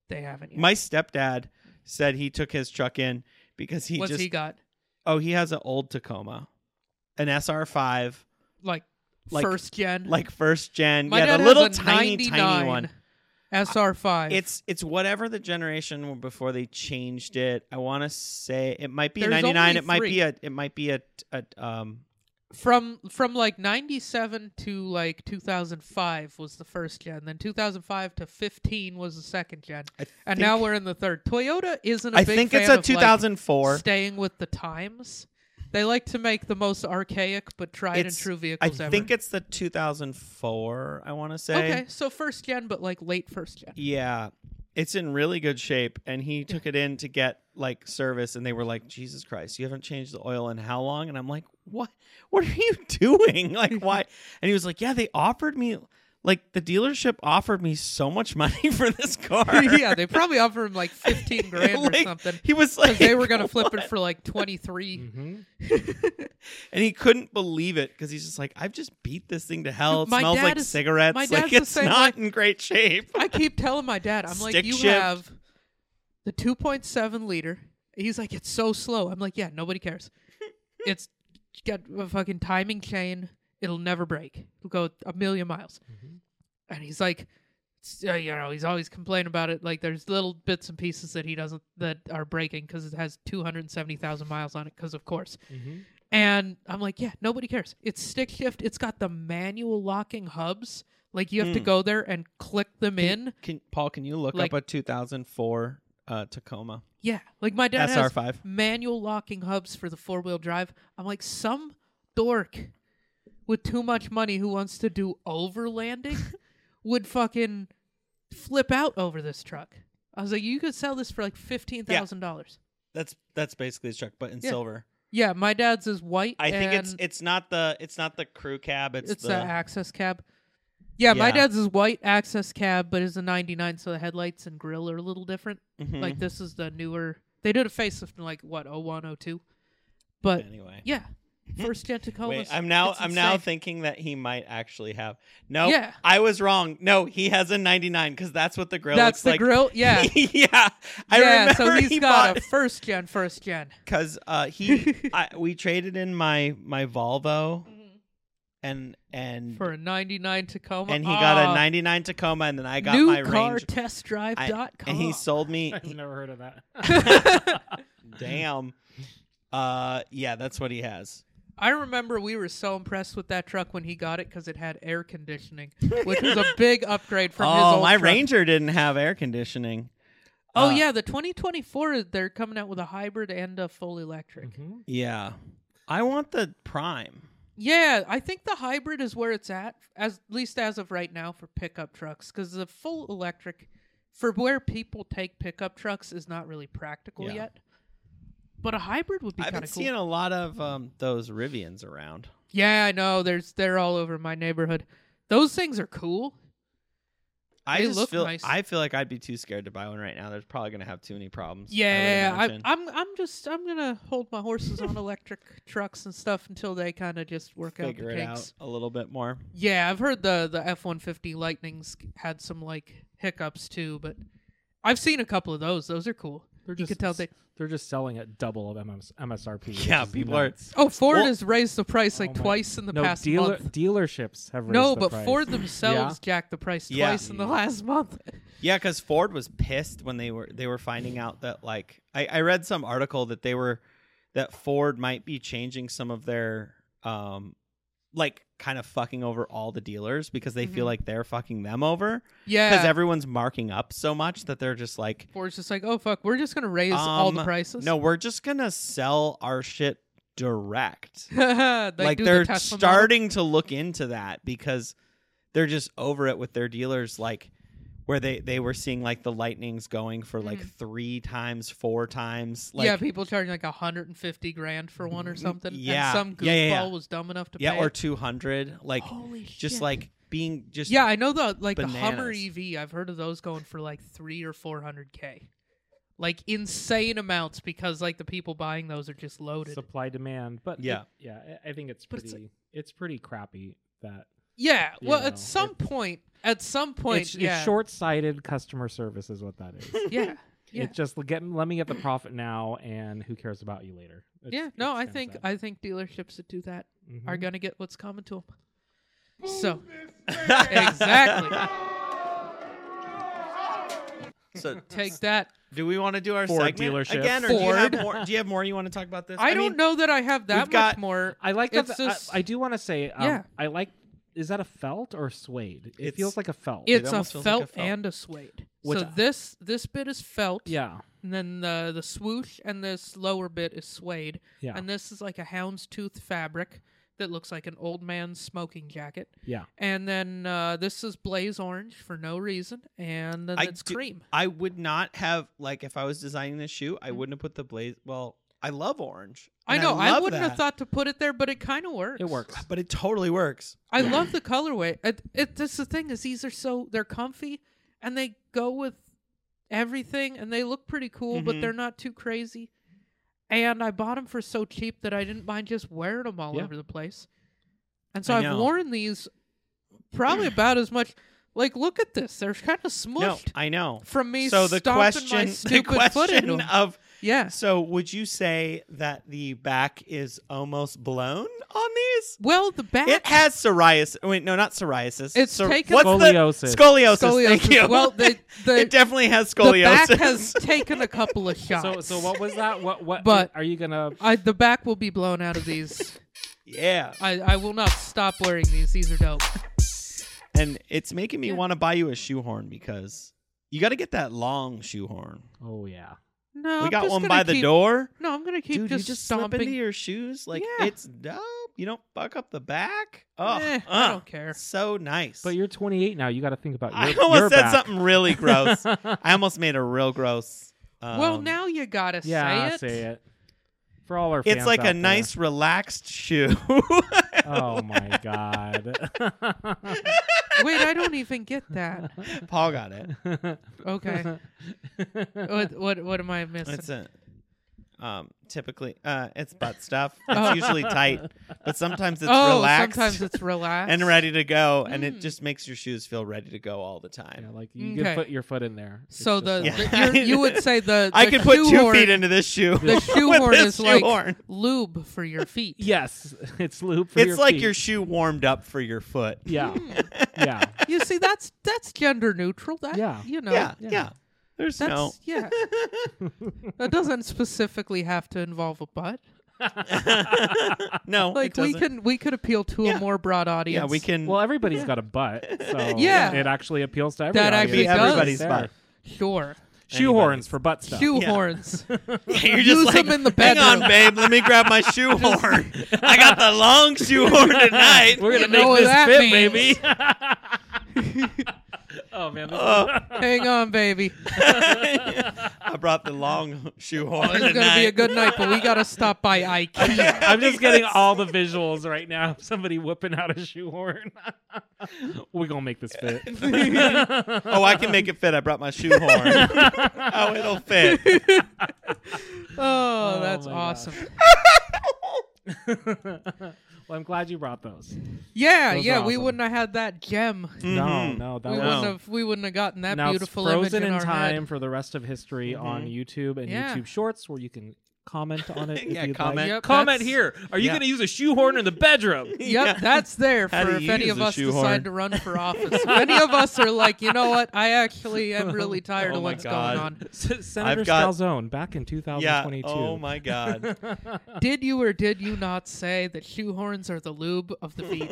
They haven't yet. My stepdad said he took his truck in because he What's just he got? oh he has an old Tacoma, an SR5, Like, Like- first gen. like first gen, Mm. my yeah, dad the little has a tiny 99 tiny one. SR5. It's it's whatever the generation before they changed it. I want to say it might be a There's 99. only It might three. be a it might be a, a um from from like 97 to like 2005 was the first gen then 2005 to 15 was the second gen I and think- now we're in the third toyota isn't a I big think it's fan of, a like, 2004. staying with the times they like to make the most archaic but tried and It's- true I vehicles ever think it's the 2004. I want to say. okay so first gen but like late first *laughs* gen Yeah. It's in really good shape and he took it in to get like service and they were like, "Jesus Christ, you haven't changed the oil in how long?" And I'm like, "What? What are you *laughs* doing? Like why?" And he was like, "Yeah, they offered me like the dealership offered me so much money *laughs* for this *laughs* car." yeah *laughs* they probably offer him like 15 grand or Like, something He was *laughs* like because they were *laughs* gonna flip "What?" it for like 23 hmm and he couldn't believe it because he's just like, I've just beat this thing to hell. It My smells dad like is- cigarettes. my dad's *laughs* like the it's same not in great shape. I keep telling my dad, I'm like, Stick you shift. have the 2.7 liter. He's like, it's so slow. I'm like, yeah, nobody *laughs* cares. It's got a fucking timing chain. It'll never break. It'll go a million miles. Mm-hmm. And he's like, it's- uh, you know, he's always complaining about it. Like, there's little bits and pieces that he doesn't that are breaking because it has 270,000 miles on it. Because of course. Mhm. And I'm like, yeah, nobody cares. It's stick shift. It's got the manual locking hubs. Like you have to Mm. go there and click them in. Can, Paul, can you look Like- up a 2004 uh, Tacoma? Yeah, like my dad has SR5. manual locking hubs for the four wheel drive. I'm like some dork with too much money who wants to do overlanding *laughs* would fucking flip out over this truck. I was like, you could sell this for like fifteen thousand dollars. That's that's basically his truck, but in Yeah. silver. Yeah, my dad's is white. I think it's and it's not the it's not the crew cab. It's, it's the, the access cab. Yeah, my Yeah. dad's is white access cab, but it's a '99, so the headlights and grill are a little different. Mhm. Like this is the newer. They did a facelift in like what 01, 02. but anyway. Yeah. First gen Tacomas. Hmm. Wait, I'm now It's I'm now insane. thinking that he might actually have. No, Yeah. I was wrong. No, he has a 99 because that's what the grill That's looks the like. *laughs* grill. Yeah. yeah, I yeah, remember so he's he got bought a first gen, first gen. *laughs* because *laughs* uh, he I, we traded in my my Volvo and and Mm-hmm. For a 99 Tacoma. and he got Ah, a 99 Tacoma and then I got my Range. I- newcartestdrive.com. and he *laughs* sold me I've never heard of that. damn uh yeah that's what he has I remember we were so impressed with that truck when he got it because it had air *laughs* conditioning, which was a big upgrade from his oh old my truck. ranger didn't have air conditioning Oh uh, yeah, the 2024 they're coming out with a hybrid and a full electric. Mhm. yeah i want the prime Yeah, I think the hybrid is where it's at, as at least as of right now for pickup trucks, because the full electric, for where people take pickup trucks, is not really practical Yeah. yet. But a hybrid would be i've kind been of cool. seeing a lot of um those rivians around yeah, I know. There's they're all over my neighborhood. Those things are cool. i They just look feel nice. i feel like i'd be too scared to buy one right now there's probably gonna have too many problems I would Yeah, I imagine. I'm I'm just I'm gonna hold my horses *laughs* on electric trucks and stuff until they kind of just work out the figure it kinks. out a little bit more Yeah, I've heard the the F one fifty Lightnings had some like hiccups too, but I've seen a couple of those. Those are cool. They're you just could tell they. they're just selling at double of MS, MSRP. which *laughs* yeah is people nuts. Oh, Ford Well- has raised the price like Oh my- twice in the no past dealer month. dealerships have raised No, the but price. *laughs* Ford themselves jacked the price Yeah. twice in the last month. are yeah because ford was pissed when they were they were finding out that like i i read some article that they were that ford might be changing some of their um like kind of fucking over all the dealers because they feel like they're fucking them over Yeah, because everyone's marking up so much that they're just like Ford's just like, oh fuck, we're just gonna raise all the Um, prices. no we're just gonna sell our shit direct *laughs* they like do they're the Tesla model. starting to look into that because they're just over it with their dealers like where they they were seeing like the lightnings going for like three times four times like Mm. Mm, yeah, people charging like hundred and fifty grand for one or something. Yeah. and some goofball Yeah, yeah, yeah. was dumb enough to yeah pay. or it. 200 like Holy just shit. like being just Yeah, I know the like the Hummer bananas. EV. I've heard of those going for like three or four hundred k, like insane amounts because like the people buying those are just loaded. supply demand but it- Yeah. yeah I- i think it's But it's- pretty it's pretty crappy that Yeah. You well, know, at some point, at some point, It's, yeah, it's short-sighted customer service is what that is. yeah, *laughs* yeah, It's just get let me get the profit now, and who cares about you later? It's- yeah. No, it's I kinda think sad. I think dealerships that do that Mhm. are gonna get what's coming to them. So exactly, So take that. do we want to do our Ford segment dealership. again, or do you Ford. have more? Do you have more you want to talk about this? I, don't mean, know that I have that much got- more. I like that. It's the- I- just- I, do want to say, um, Yeah. I like. Is that a felt or suede? It It's- feels like a felt. It's a almost felt, feels like a felt. and a suede. Which so I- this this bit is felt, yeah, and then the the swoosh and this lower bit is suede, yeah, and this is like a houndstooth fabric that looks like an old man's smoking jacket. yeah. And then uh, this is blaze orange for no reason, and then I it's do- cream. I would not have like if I was designing this shoe, I wouldn't have put the blaze. Well, I love orange. Mm. I and know I, love wouldn't that, have thought to put it there, but it kind of works. It works. but it totally works. I love the colorway. It, it, that's the thing is these are so they're comfy, and they go with everything, and they look pretty cool, but Mhm. they're not too crazy. And I bought them for so cheap that I didn't mind just wearing them all Yeah. over the place. And so I I've know. worn these probably *clears throat* about as much. Like, look at this. They're kind of No, smushed I know. from me. so the stomping my question, *laughs* the stupid foot into question 'em. of yeah. so would you say that the back is almost blown on these? Well, the back. It has psoriasis. Wait, no, not psoriasis. It's Psor- taken- what's the- Scoliosis. scoliosis. Thank scoliosis. you. *laughs* Well, the the, it definitely has the scoliosis. back has taken a couple of So, shots. so what was that? What, what? But- are you gonna? I, the back will be blown out of these. *laughs* yeah, I, I will not stop wearing these. These are dope. and it's making me Yeah. want to buy you a shoehorn because you got to get that long shoehorn. Oh yeah. No, we I'm got just one gonna by the keep- door. No, I'm gonna keep Dude, just, you just slip stomping. into your shoes. Like Yeah. it's dope. You don't fuck up the back. Oh, Eh, I uh, don't care. So nice. But you're 28 now. You got to think about. Your, I almost your said back. something *laughs* *laughs* *laughs* really gross. I almost made a real gross. Um, well, now you gotta yeah, say it. say it. For all our it's fans like out there. a nice relaxed shoe. *laughs* Oh my god. *laughs* Wait, I don't even get that. *laughs* Paul got it. Okay, what what what am I missing? It's a um typically uh it's *laughs* butt stuff. It's usually tight, but sometimes it's oh, relaxed sometimes it's relaxed and ready to go and it Mm. just makes your shoes feel ready to go all the time. Yeah, like you can Okay. put your foot in there. It's So just the, like- Yeah. the- you're- you would say the *laughs* I the could put two shoehorn- feet into *laughs* this shoe. the *laughs* with shoehorn this is like- shoehorn. lube for your feet. yes, *laughs* it's loop. For It's your like feet. your shoe warmed up for your foot. *laughs* yeah, Hmm. yeah. You see, that's that's gender neutral. That Yeah. you know, yeah, yeah. yeah. There's that's no *laughs* yeah. that doesn't specifically have to involve a butt. no. Like it we doesn't. can we could appeal to a Yeah. more broad audience. Yeah, we can Well, everybody's got a butt, so Yeah. it actually appeals to everybody. That be actually does. everybody's There. butt. Sure, Shoehorns for butt stuff. *laughs* shoe *laughs* horns. You're Use them in the Hang on, bedroom." babe. Let me grab *laughs* my shoehorn. I got the long *laughs* shoehorn tonight. We're gonna You know what make this that fit, means. baby. *laughs* *laughs* oh man, this Hang on, baby. *laughs* I brought the long shoehorn It's tonight. gonna be a good night, but we gotta stop *laughs* by IKEA. I'm just getting all the visuals right now. of Somebody whipping out a shoehorn. *laughs* We're gonna make this fit. oh, I can make it fit. I brought *laughs* my shoehorn. oh, it'll fit. Oh, that's my awesome. *laughs* well, I'm glad you brought those. Yeah, Those are yeah. We awesome. wouldn't have had that gem. No, Mhm. no, that We was wouldn't have. We wouldn't have gotten that now beautiful it's image frozen in, in, our time head. Mm-hmm. for the rest of history on YouTube and Yeah. YouTube Shorts, where you can comment on *laughs* it. if Yeah, you'd Like. comment. Yep, comment that's- here. Are you Yeah. gonna use a shoehorn in the bedroom? Yep, Yeah. that's there for How do if you any use of a us shoehorn? decide to run *laughs* for office. if any of us are like, you know what, I actually am *laughs* really tired Oh of my what's God. going on. *laughs* S- Senator got- Scalzone back in Yeah. 2022. Oh my god. Did you or did you not say that shoehorns are the lube of the *laughs* feet?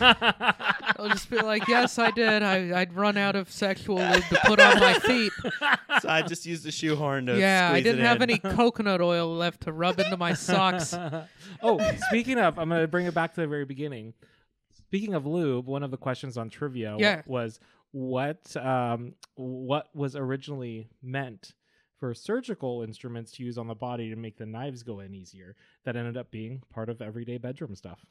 I'll just be like, yes, I did. I, I'd run out of sexual lube to put on my *laughs* feet. So I just used the shoehorn to. yeah, I squeeze didn't it have in. *laughs* any coconut oil left to rub into my socks. oh, speaking of, I'm going to bring it back to the very beginning. Speaking of lube, one of the questions on trivia w- Yeah. was what um, what was originally meant for surgical instruments to use on the body to make the knives go in easier. That ended up being part of everyday bedroom stuff.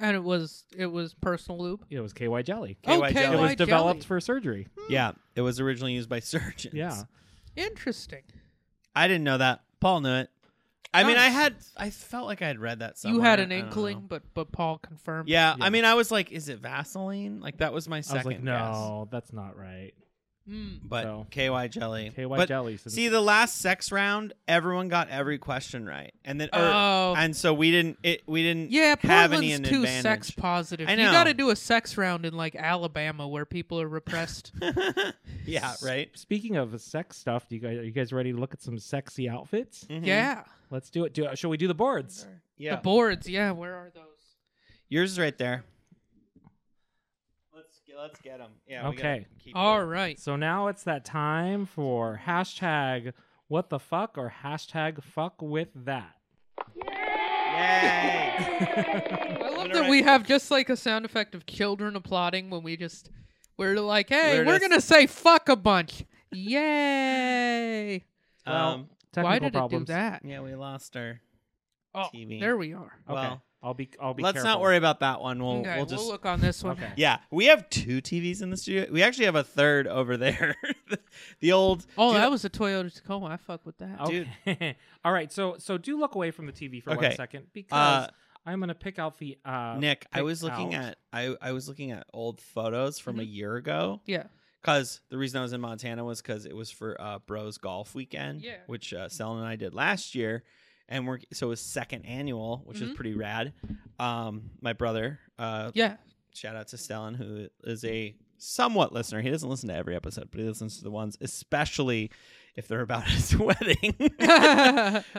And it was it was personal lube. It was KY jelly. KY okay, jelly. It was why developed jelly? for surgery. Yeah, it was originally used by surgeons. Yeah. Interesting. I didn't know that. Paul knew it. I mean, No. I had, I felt like I had read that somewhere. you had an I don't inkling, know. but but Paul confirmed. Yeah, Yeah. I mean, I was like, is it Vaseline? Like that was my I second. was like, no, that's not right. Mm. guess. but So- KY jelly. KY But jelly. So See, the last sex round, everyone got every question right, and then or, Oh. and so we didn't. It we didn't. Yeah, have Portland's any an too advantage. sex positive. I You know. got to do a sex round in like Alabama where people are *laughs* repressed. *laughs* yeah, right. Speaking of sex stuff, do you guys are you guys ready to look at some sexy outfits? Mhm. yeah, Let's do it. Do shall we do the boards? yeah. the boards. Yeah, where are those? Yours is right there. Let's get, let's get them. Yeah. we gotta Okay. All right. So now it's that time for hashtag what the fuck or hashtag fuck with that. I love Gonna that write- we have just like a sound effect of children applauding when we just we're like, hey, We're we're just- gonna say fuck a bunch. Yay! Well, Um, technical Why did problems. it do that? yeah, we lost her. Oh, TV. there we are. Okay. Well, I'll be I'll be Let's careful. not worry about that one. We'll okay, we'll just look on this one. Okay. yeah. We have two TVs in the studio. We actually have a third over there. *laughs* the, the old Oh, do you that know- Oh. was a Toyota Tacoma. I fuck with that. Dude. Okay. *laughs* All right. So so do look away from the TV for one Okay. Uh, second because I'm gonna pick out the uh Nick. I pick was looking out. Mm-hmm. at I I was looking at old photos from a year ago. Yeah. Cause the reason I was in Montana was because it was for uh, Bros Golf Weekend, Yeah. which uh, Selen and I did last year, and we're so it was second annual, which is Mm-hmm. Mhm. pretty rad. Um, my brother, uh, *laughs* Yeah. shout out to Stellan, who is a somewhat listener. He doesn't listen to every episode, but he listens to the ones, especially if they're about *laughs* his wedding.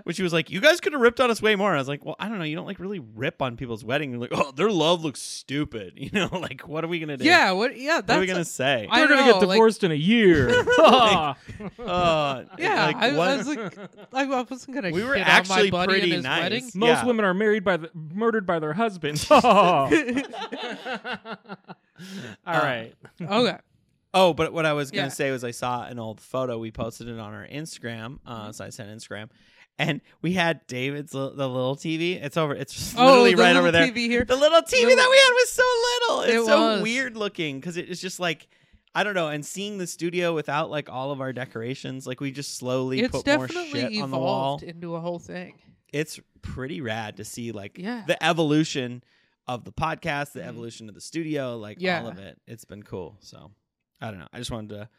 Which he was like, "You guys could have ripped on us way more." And I was like, "Well, I don't know. You don't like really rip on people's wedding. You're like, oh, their love looks stupid. *laughs* You know, like what are we gonna *laughs* do? yeah. What? Yeah. what That's are we gonna say? I We're gonna get know, like- divorced in a year. *laughs* *laughs* Like- Uh, *laughs* Yeah, like, I, I what- was like, I I wasn't gonna. We were shit on my actually buddy pretty and his nice. *laughs* Wedding. Most Yeah. women are married by the murdered by their *laughs* husband. *laughs* All right. Okay. Oh, but what I was gonna Yeah. say was I saw an old photo. We posted it on our Instagram. Mm-hmm. Uh, so I sent Instagram, and we had David's li- the little TV. It's over. It's just Oh, literally the right little over there. TV here. The little TV The- that we had was so little. It's It so was. weird looking because it is just like I don't know. And seeing the studio without like all of our decorations, like we just slowly It's put more definitely shit evolved on the wall. into a whole thing. It's pretty rad to see like Yeah. Mm-hmm. the evolution of the podcast, the evolution of the studio, like Yeah. all of it. It's been cool. So I don't know. I just wanted to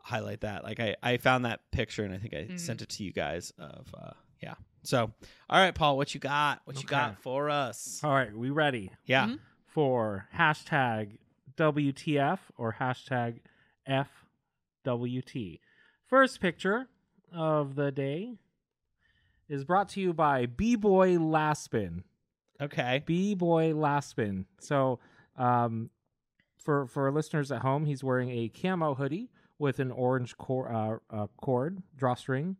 highlight that. Like I, I found that picture and I think I Mhm. sent it to you guys of uh yeah. So all right, Paul, what you got? What you Okay. got for us? All right. We ready Yeah. Mhm. for hashtag WTF or hashtag FWT. First picture of the day is brought to you by B Boy Laspin. Okay. B Boy Laspin. So, um, for for listeners at home, he's wearing a camo hoodie with an orange cor- uh, uh, cord drawstring.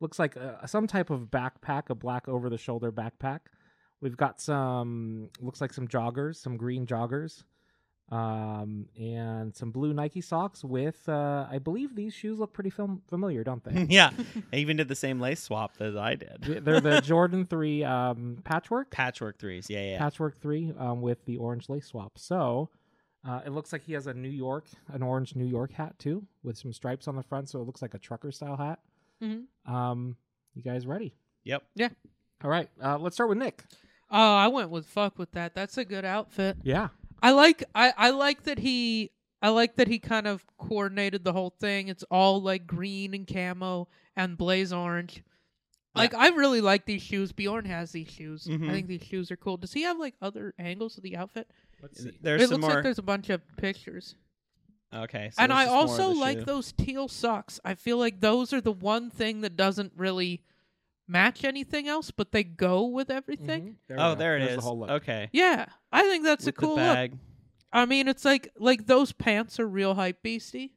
Looks like uh, some type of backpack, a black over the shoulder backpack. We've got some looks like some joggers, some green joggers, um, and some blue Nike socks with. Uh, I believe these shoes look pretty fam- familiar, don't they? *laughs* yeah. I even did the same lace swap that I did. They're the Jordan Three um, patchwork. Patchwork threes. Yeah, yeah. Patchwork 3 um, with the orange lace swap. So uh, it looks like he has a New York, an orange New York hat too, with some stripes on the front. So it looks like a trucker style hat. Mhm. Mm-hmm. Um, you guys ready? Yep. All right. Uh, let's start with Nick. Oh, I went with fuck with that. That's a good outfit. Yeah. I like I, I like that he I like that he kind of coordinated the whole thing. It's all like green and camo and blaze orange. Like I really like these shoes. Bjorn has these shoes. Mhm. I think these shoes are cool. Does he have like other angles of the outfit? Let's There's it some looks more. like there's a bunch of pictures. okay. so and there's I just more of also the like shoe. those teal socks. I feel like those are the one thing that doesn't really match anything else, but they go with Mm-hmm. everything. Oh, there it is. The whole look. Okay. Yeah, I think that's With a cool the look. bag. I mean, it's like like those pants are real hype beastie,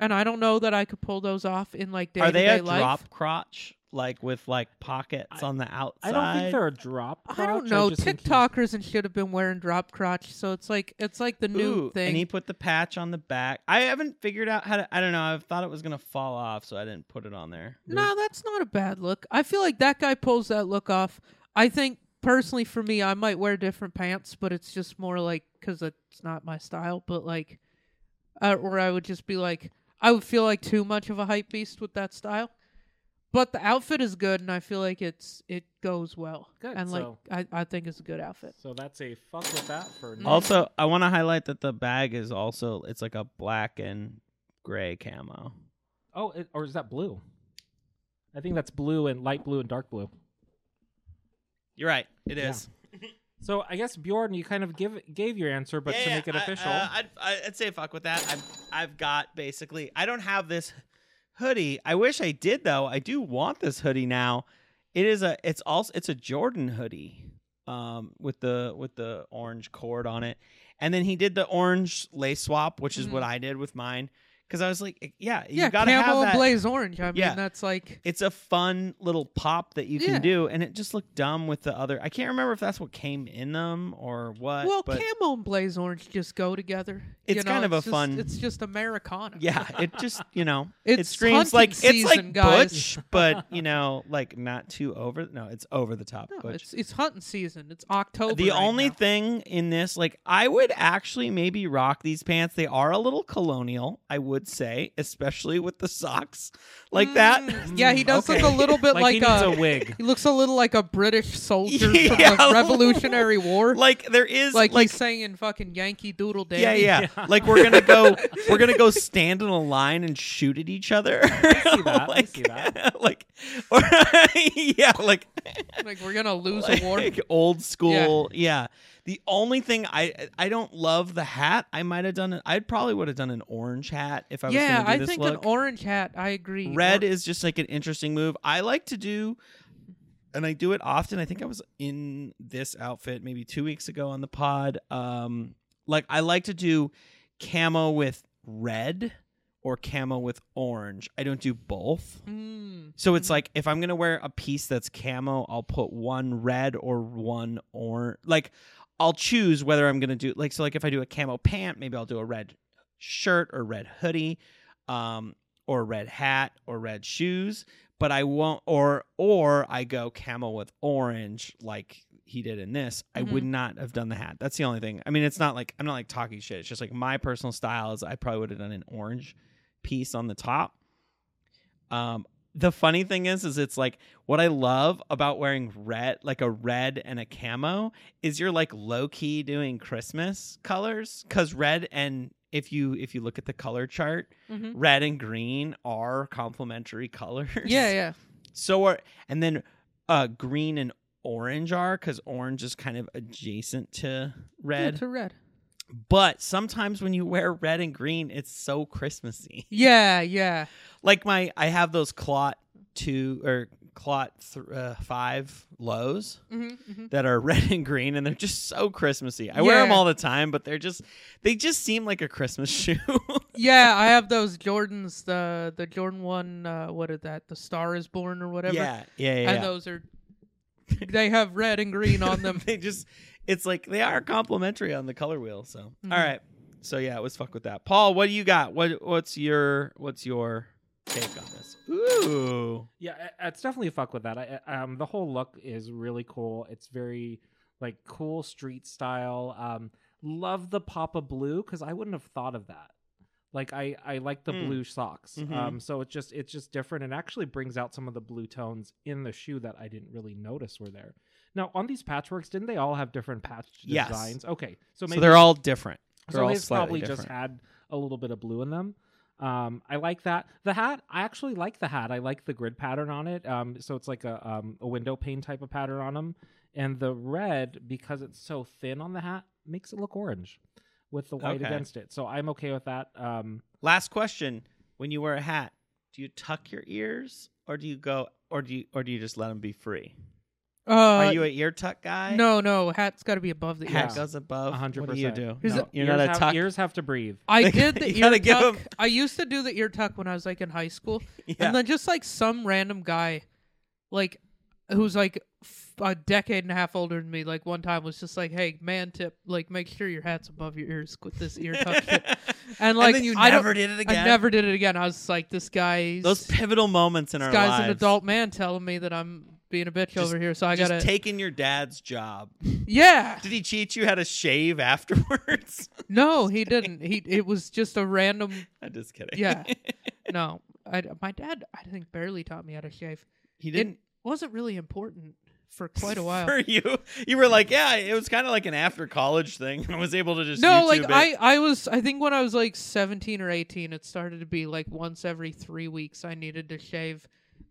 and I don't know that I could pull those off in like day Are to they a day life. drop crotch, like with like pockets on the outside? I don't think they're a drop. I don't crotch. know. just think he's- TikTokers and should have been wearing drop crotch, so it's like it's like the new Ooh, thing. and he put the patch on the back. I haven't figured out how to. I don't know. I thought it was gonna fall off, so I didn't put it on there. no, that's not a bad look. I feel like that guy pulls that look off. I think personally, for me, I might wear different pants, but it's just more like because it's not my style. But like, uh, or I would just be like, I would feel like too much of a hype beast with that style. But the outfit is good, and I feel like it's it goes well. Good, and like so- I, I think it's a good outfit. So that's a fuck with that for Mm-hmm. Mm. Also, I want to highlight that the bag is also it's like a black and gray camo. Oh, it, or is that blue? I think that's blue and light blue and dark blue. You're right. It Yeah. is. So I guess Bjorn, you kind of give gave your answer, but to Yeah, make it I- official, uh, I'd, I'd say fuck with that. I've, I've got basically. I don't have this hoodie. I wish I did though. I do want this hoodie now. It is a. It's also. It's a Jordan hoodie. Um, with the with the orange cord on it, and then he did the orange lace swap, which is what I did with mine. Because I was like, yeah, you Mm-hmm. yeah, gotta have camo that. and blaze orange. I mean, Yeah. that's like It's a fun little pop that you Yeah. can do, and it just looked dumb with the other. I can't remember if that's what came in them or what. well, but camo and blaze orange just go together. You It's know, kind of a just- fun- It's just *laughs* Americana. Yeah, it just you know it It's hunting screams like it's season, like guys. Butch, but you know like not too over. No, it's over the top No, Butch. it's it's hunting season. It's October. The right only now. thing in this, like I would actually maybe rock these pants. They are a little colonial, I would say, especially with the socks like that. Mm, Yeah, he does Okay. look a *laughs* little bit like, like, he needs a, a uh, wig. he looks a little like a British soldier Yeah. from the Revolutionary War. *laughs* *laughs* like there is like, like, he's saying in fucking Yankee Doodle Dandy. yeah, yeah, Like we're gonna go, we're gonna go stand in a line and shoot at each other. *laughs* see that, I like, see that. *laughs* like, or, yeah, like *laughs* Like we're *laughs* gonna lose a war. like old school. Yeah. The only thing I I don't love the hat. I might have done it. I probably would have done an orange hat if I was yeah, gonna do I this think look. an orange hat. I agree. Red Or- is just like an interesting move. I like to do and I do it often. I think I was in this outfit maybe 2 weeks ago on the pod. Um like I like to do camo with red or camo with orange. I don't do both. Mm. So it's like if I'm gonna wear a piece that's camo, I'll put one red or one orange. Like I'll choose whether I'm gonna do like so. Like if I do a camo pant, maybe I'll do a red shirt or red hoodie, um, or red hat or red shoes. But I won't, or or I go camo with orange, like he did in this. I would not have done the hat. That's the only thing. I mean, it's not like I'm not like talking shit. It's just like my personal style is I probably would have done an orange piece on the top. Um, the funny thing is, is it's like what I love about wearing red, like a red and a camo, is you're like low key doing Christmas colors because red and if you if you look at the color chart, Mhm. red and green are complementary colors. Yeah, yeah. *laughs* So are and then uh green and orange are because orange is kind of adjacent to Red. red. to red. But sometimes when you wear red and green, it's so Christmassy Yeah, yeah. like my I have those clot two or clot th- uh, five lows Mm-hmm, hmm that are *laughs* red and green, and they're just so Christmassy. I wear them Yeah. all the time, but they're just they just seem like a Christmas *laughs* shoe. Yeah, I have those Jordans. The the Jordan one. Uh, what is that? The Star is Born or whatever. yeah, yeah, yeah. And those are. They have red and green on them. *laughs* they just it's like they are complimentary on the color wheel. So Mhm. All right, so yeah, it was fuck with that. Paul, what do you got? What what's your what's your take on this? Ooh, Yeah, I- it's definitely a fuck with that. I, I- um, the whole look is really cool. It's very like cool street style. Um, love the pop of blue because I wouldn't have thought of that. Like I, I like the Mm. blue socks. Mhm. Um, so it's just it's just different and actually brings out some of the blue tones in the shoe that I didn't really notice were there. Now on these patchworks, didn't they all have different patch Yes. designs? Okay, so so, maybe they're all different. They're so all his slightly probably different. just had a little bit of blue in them. Um, I like that. The hat, I actually like the hat. I like the grid pattern on it. Um, so it's like a um, a window pane type of pattern on them. And the red, because it's so thin on the hat, makes it look orange with the white Okay. against it. So I'm okay with that. Um, Last question: When you wear a hat, do you tuck your ears, or do you go, or do you, or do you just let them be free? Uh, Are you an ear tuck guy? no, no. Hat's got to be above the hat ears. Yeah. goes above. hundred What do you percent. do? Is No, it- you're ears not a have, tuck. Ears have to breathe. I did the You ear gotta tuck. give him- I used to do the ear tuck when I was like in high school, *laughs* Yeah. and then just like some random guy, like who's like f- a decade and a half older than me, like one time was just like, "Hey, man, tip, like make sure your hat's above your ears with this ear tuck *laughs* shit." And like then you I don't- never did it I again? never did it again. I was just like, "This guy's Those *laughs* pivotal moments in this our guy's lives. an adult man telling me that I'm being a bitch over here, so I just gotta taking your dad's job. yeah." Did he teach you how to shave afterwards? *laughs* No, he didn't. He it was just a random I'm just kidding. yeah. No. I, my dad, I think, barely taught me how to shave. *laughs* He It wasn't really important for *laughs* quite a while. for you. You were like, yeah, it was kind of like an after college thing. *laughs* I was able to just no, like YouTube it. I, I was, I think when I was like 17 or 18, it started to be like once every three weeks I needed to shave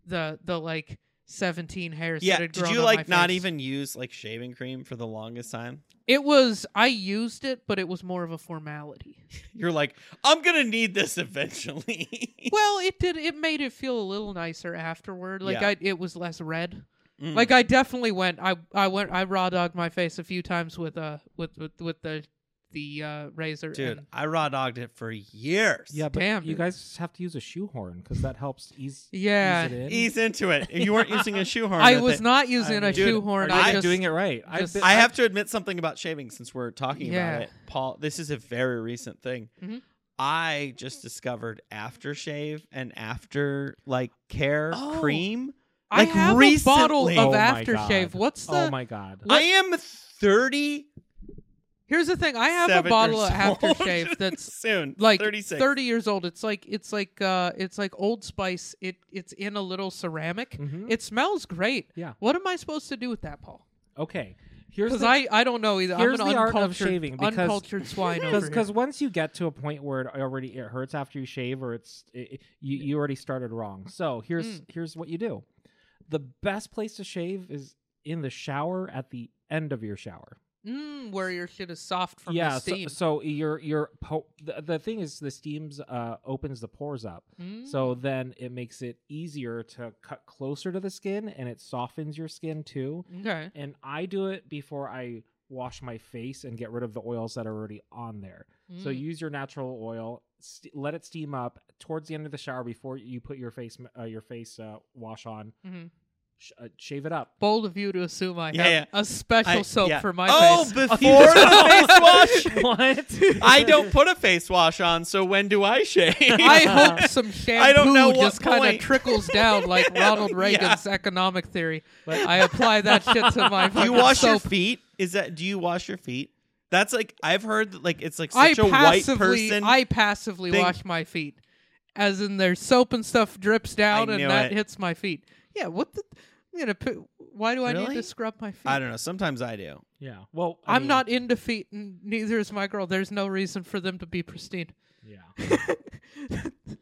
the, the like 17 hairs. yeah. that had Did grown you on like my not face. even use like shaving cream for the longest time? It was, I used it, but it was more of a *laughs* formality. You're like, I'm gonna need this eventually. well, it did, it made it feel a little nicer afterward. Like Yeah. I, it was less red. *laughs* Mm. Like I definitely went. I I went. I raw dogged my face a few times with uh with with, with the the uh, razor. dude, and- I raw dogged it for years. Yeah, but Damn, you dude. guys just have to use a shoehorn because that helps ease, yeah. ease it in. ease into it. If you weren't *laughs* using a shoehorn, I with was it- not using a dude, shoehorn. are you I I'm just doing it right. I've just- been- I have to admit something about shaving since we're talking Yeah. about it. Paul, this is a very recent thing. Mhm. I just discovered aftershave and after like care Oh. cream. I like, have a bottle recently- of Oh my aftershave. God. What's the? Oh my god. I am 30. Here's the thing. I have a bottle *laughs* of aftershave that's *laughs* soon like 36. 30 years old. It's like it's like uh it's like Old Spice. It it's in a little ceramic. Mhm. It smells great. Yeah. What am I supposed to do with that, Paul? Okay. Here's Because the- I, I don't know either. here's I'm an the art of uncultured, shaving, because- *laughs* uncultured swine over here. because once you get to a point where it already it hurts after you shave or it's it, it- you you already started wrong. So here's Mm. here's what you do. The best place to shave is in the shower at the end of your shower. Mm, where your shit is soft from yeah. the so- steam. So, your your po- the, the thing is the steams uh, opens the pores up. Mm. So then it makes it easier to cut closer to the skin and it softens your skin too. okay. and I do it before I wash my face and get rid of the oils that are already on there. So Mm. use your natural oil, st- let it steam up towards the end of the shower before you put your face uh, your face uh, wash on. Mm-hmm. Mhm. Sh- uh, shave it *laughs* up. bold of you to assume I Yeah, have a special I- soap yeah. for my oh, face. before the *laughs* face *laughs* wash. what? I don't put a face wash on, so when do I shave? *laughs* *laughs* I *laughs* hope some shampoo I don't know what just kind of point. trickles down *laughs* like Ronald Yeah. Reagan's economic theory. But- I apply that shit to my Do *laughs* you fucking wash your soap. feet? Is that do you wash your feet? That's like I've heard that like it's like I such a white passively, person. I passively thing. wash my feet, as in their soap and stuff drips down I and knew that it. hits my feet. Yeah, what the? I'm gonna put. Why do I need Really? to scrub my feet? I don't know. Sometimes I do. Yeah. Well, I I'm mean, not into feet, and neither is my girl. There's no reason for them to be pristine. Yeah.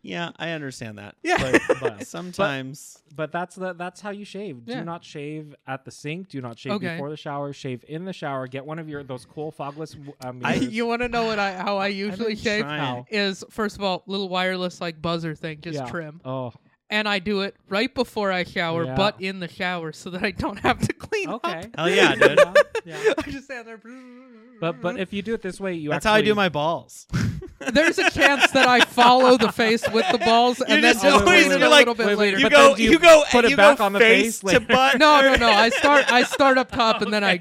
Yeah, I understand that. Yeah. But, but, Sometimes but that's the, that's how you shave. Yeah. Do not shave at the sink. Do not shave Okay. before the shower. Shave in the shower. Get one of your those cool fogless. Uh, *laughs* I- mirrors. you want to know what I how I usually shave? trying. How? Is first of all little wireless like buzzer thing, just *laughs* Yeah. trim, Oh, and I do it right before I shower, Yeah. but in the shower, so that I don't have to clean *laughs* okay. Hell yeah, dude. yeah. up. *laughs* I just stand there. But *laughs* but if you do it this way, you that's actually, how I do *laughs* my balls. there's a chance that I follow the face with the balls, You're and then just just always- wait a you're little like- bit wait, later. wait, You But go, then do you you go, put it you back go on the face, face to later? *laughs* butt, no, no, *laughs* no. I start. I start up top, and then I,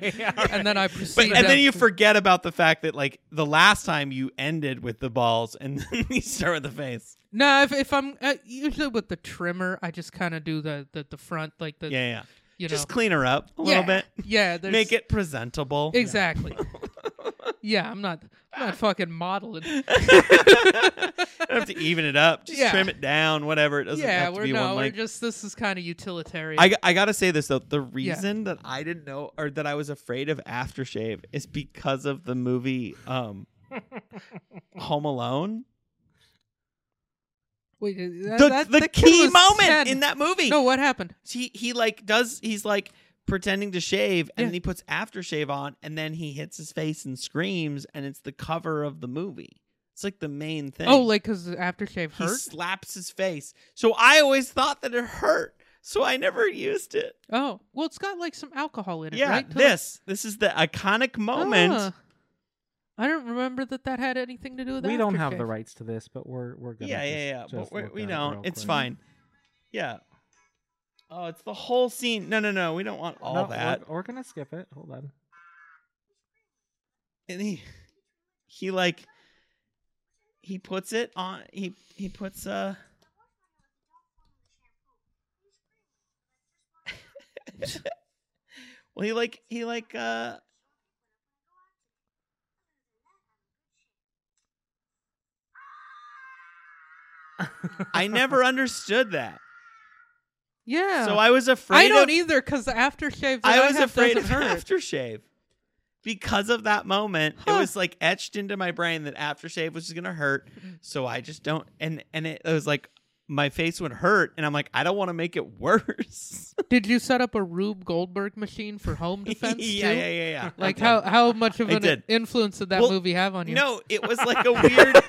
and then I But, proceed. and then down. you forget about the fact that like the last time you ended with the balls and *laughs* then you start with the face. No, if, if I'm uh, usually with the trimmer, I just kind of do the, the the front, like the Yeah, yeah. you know, Just clean her up a little Yeah, bit. Yeah, there's- Make it presentable. *laughs* *laughs* exactly. yeah, I'm not I'm not fucking *laughs* modeling. You don't have to even it up. Just Yeah. trim it down, whatever. It doesn't yeah, have to we're be no, one we're like just this is kind of utilitarian. I, I gotta say this though. The reason that I didn't know or that I was afraid of aftershave is because of the movie *laughs* um, Home Alone. Wait, uh, that- The, that- the, that kid key was moment 10. in that movie. No, what happened? He he like does he's like pretending to shave Yeah. and then he puts aftershave on and then he hits his face and screams and it's the cover of the movie. It's like the main thing. Oh, like because the aftershave he hurt. slaps his face. So I always thought that it hurt. So I never used it. Oh, well, it's got like some alcohol in it, Yeah, right? To, like, this this is the iconic moment. Ah. I don't remember that that had anything to do with. We don't have the aftershave. rights to this, but we're we're gonna. yeah, just, yeah, yeah. just But we're, look we at it don't. real It's quick. fine. Yeah. Oh, it's the whole scene. No, no, no. We don't want all No, we're- that. We're, gonna skip it. Hold on. And he, he like, he puts it on. He he puts uh. *laughs* well, he like he like uh. I *laughs* never understood that. Yeah. So I was afraid. I don't of, either because the aftershave. That I was have afraid of doesn't hurt. aftershave because of that moment. Huh. It was like etched into my brain that aftershave was just gonna hurt. So I just don't. And and it, it was like my face would hurt, and I'm like, I don't want to make it worse. *laughs* Did you set up a Rube Goldberg machine for *laughs* home *laughs* defense? yeah, too? yeah, yeah, yeah. Like Okay. how how much of I an did. influence did that Well, movie have on you? No, it was *laughs* like a weird.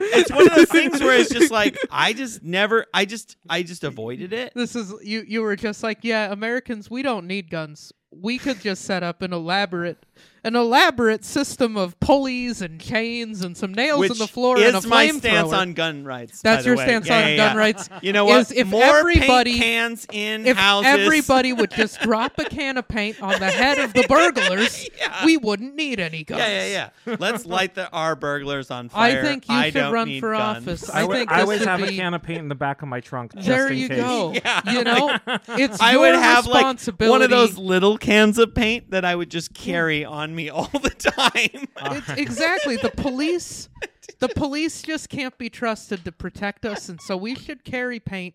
it's one of those things where it's just like I just never. I just I just avoided it. This is you. You were just like, yeah, Americans. We don't need guns. We could just set up an elaborate, an elaborate system of pulleys and chains and some nails Which in the floor is and a my stance flamethrower. on gun rights. by That's the your way. stance Yeah, on yeah, gun yeah. rights. You know what? Is if More everybody, paint cans in if houses. everybody *laughs* would just drop a can of paint on the head of the burglars, *laughs* Yeah. we wouldn't need any guns. Yeah, yeah, yeah. *laughs* Let's light the our burglars on I fire. think you should don't run need for guns. office. I, I would- think I this always would have be- a can of paint in the back of my trunk. just There in you case. *laughs* go. Yeah. You know, it's I your would have like responsibility. one of those little cans of paint that I would just carry on me all *laughs* the time. It's exactly the police. *laughs* The police just can't be trusted to protect us, and so we should carry paint,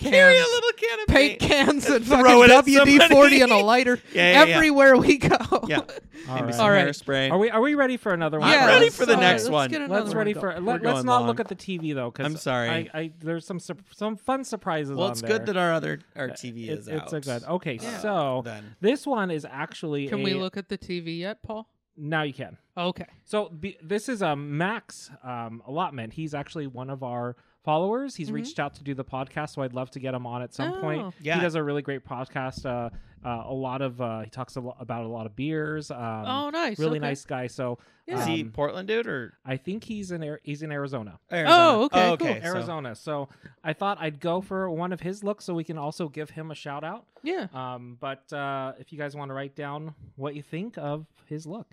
carry a cans. little can of paint paint. cans, *laughs* and Throw fucking it at WD forty somebody. and a lighter *laughs* Yeah, yeah, yeah. everywhere we go. Yeah. *laughs* All Maybe right. some All right. hairspray. Are we are we ready for another one? I'm Yeah, ready let's- for the all right, next let's one. get Let's another ready one for going. We're let, us going not long. look at the TV though cuz I'm sorry. I, I there's some sur- some fun surprises Well, on it's there. good that our other our TV It- is it's out. a good. Okay, Yeah. so Then. this one is actually Can a- we look at the TV yet, Paul? Now you can. Okay. So be, this is a Max um, allotment. He's actually one of our followers. He's reached out to do the podcast, so I'd love to get him on at some Mm-hmm. Oh. point. Yeah. he does a really great podcast. Uh, uh, a lot of uh, he talks a lo- about a lot of beers. Um, oh, nice. really okay. nice guy. So Is he um, Portland dude or I think he's in Ar- he's in Arizona. Arizona? Oh, okay, cool. so- Arizona. So I thought I'd go for one of his looks so we can also give him a shout out. Yeah. Um, but uh, if you guys want to write down what you think of his look,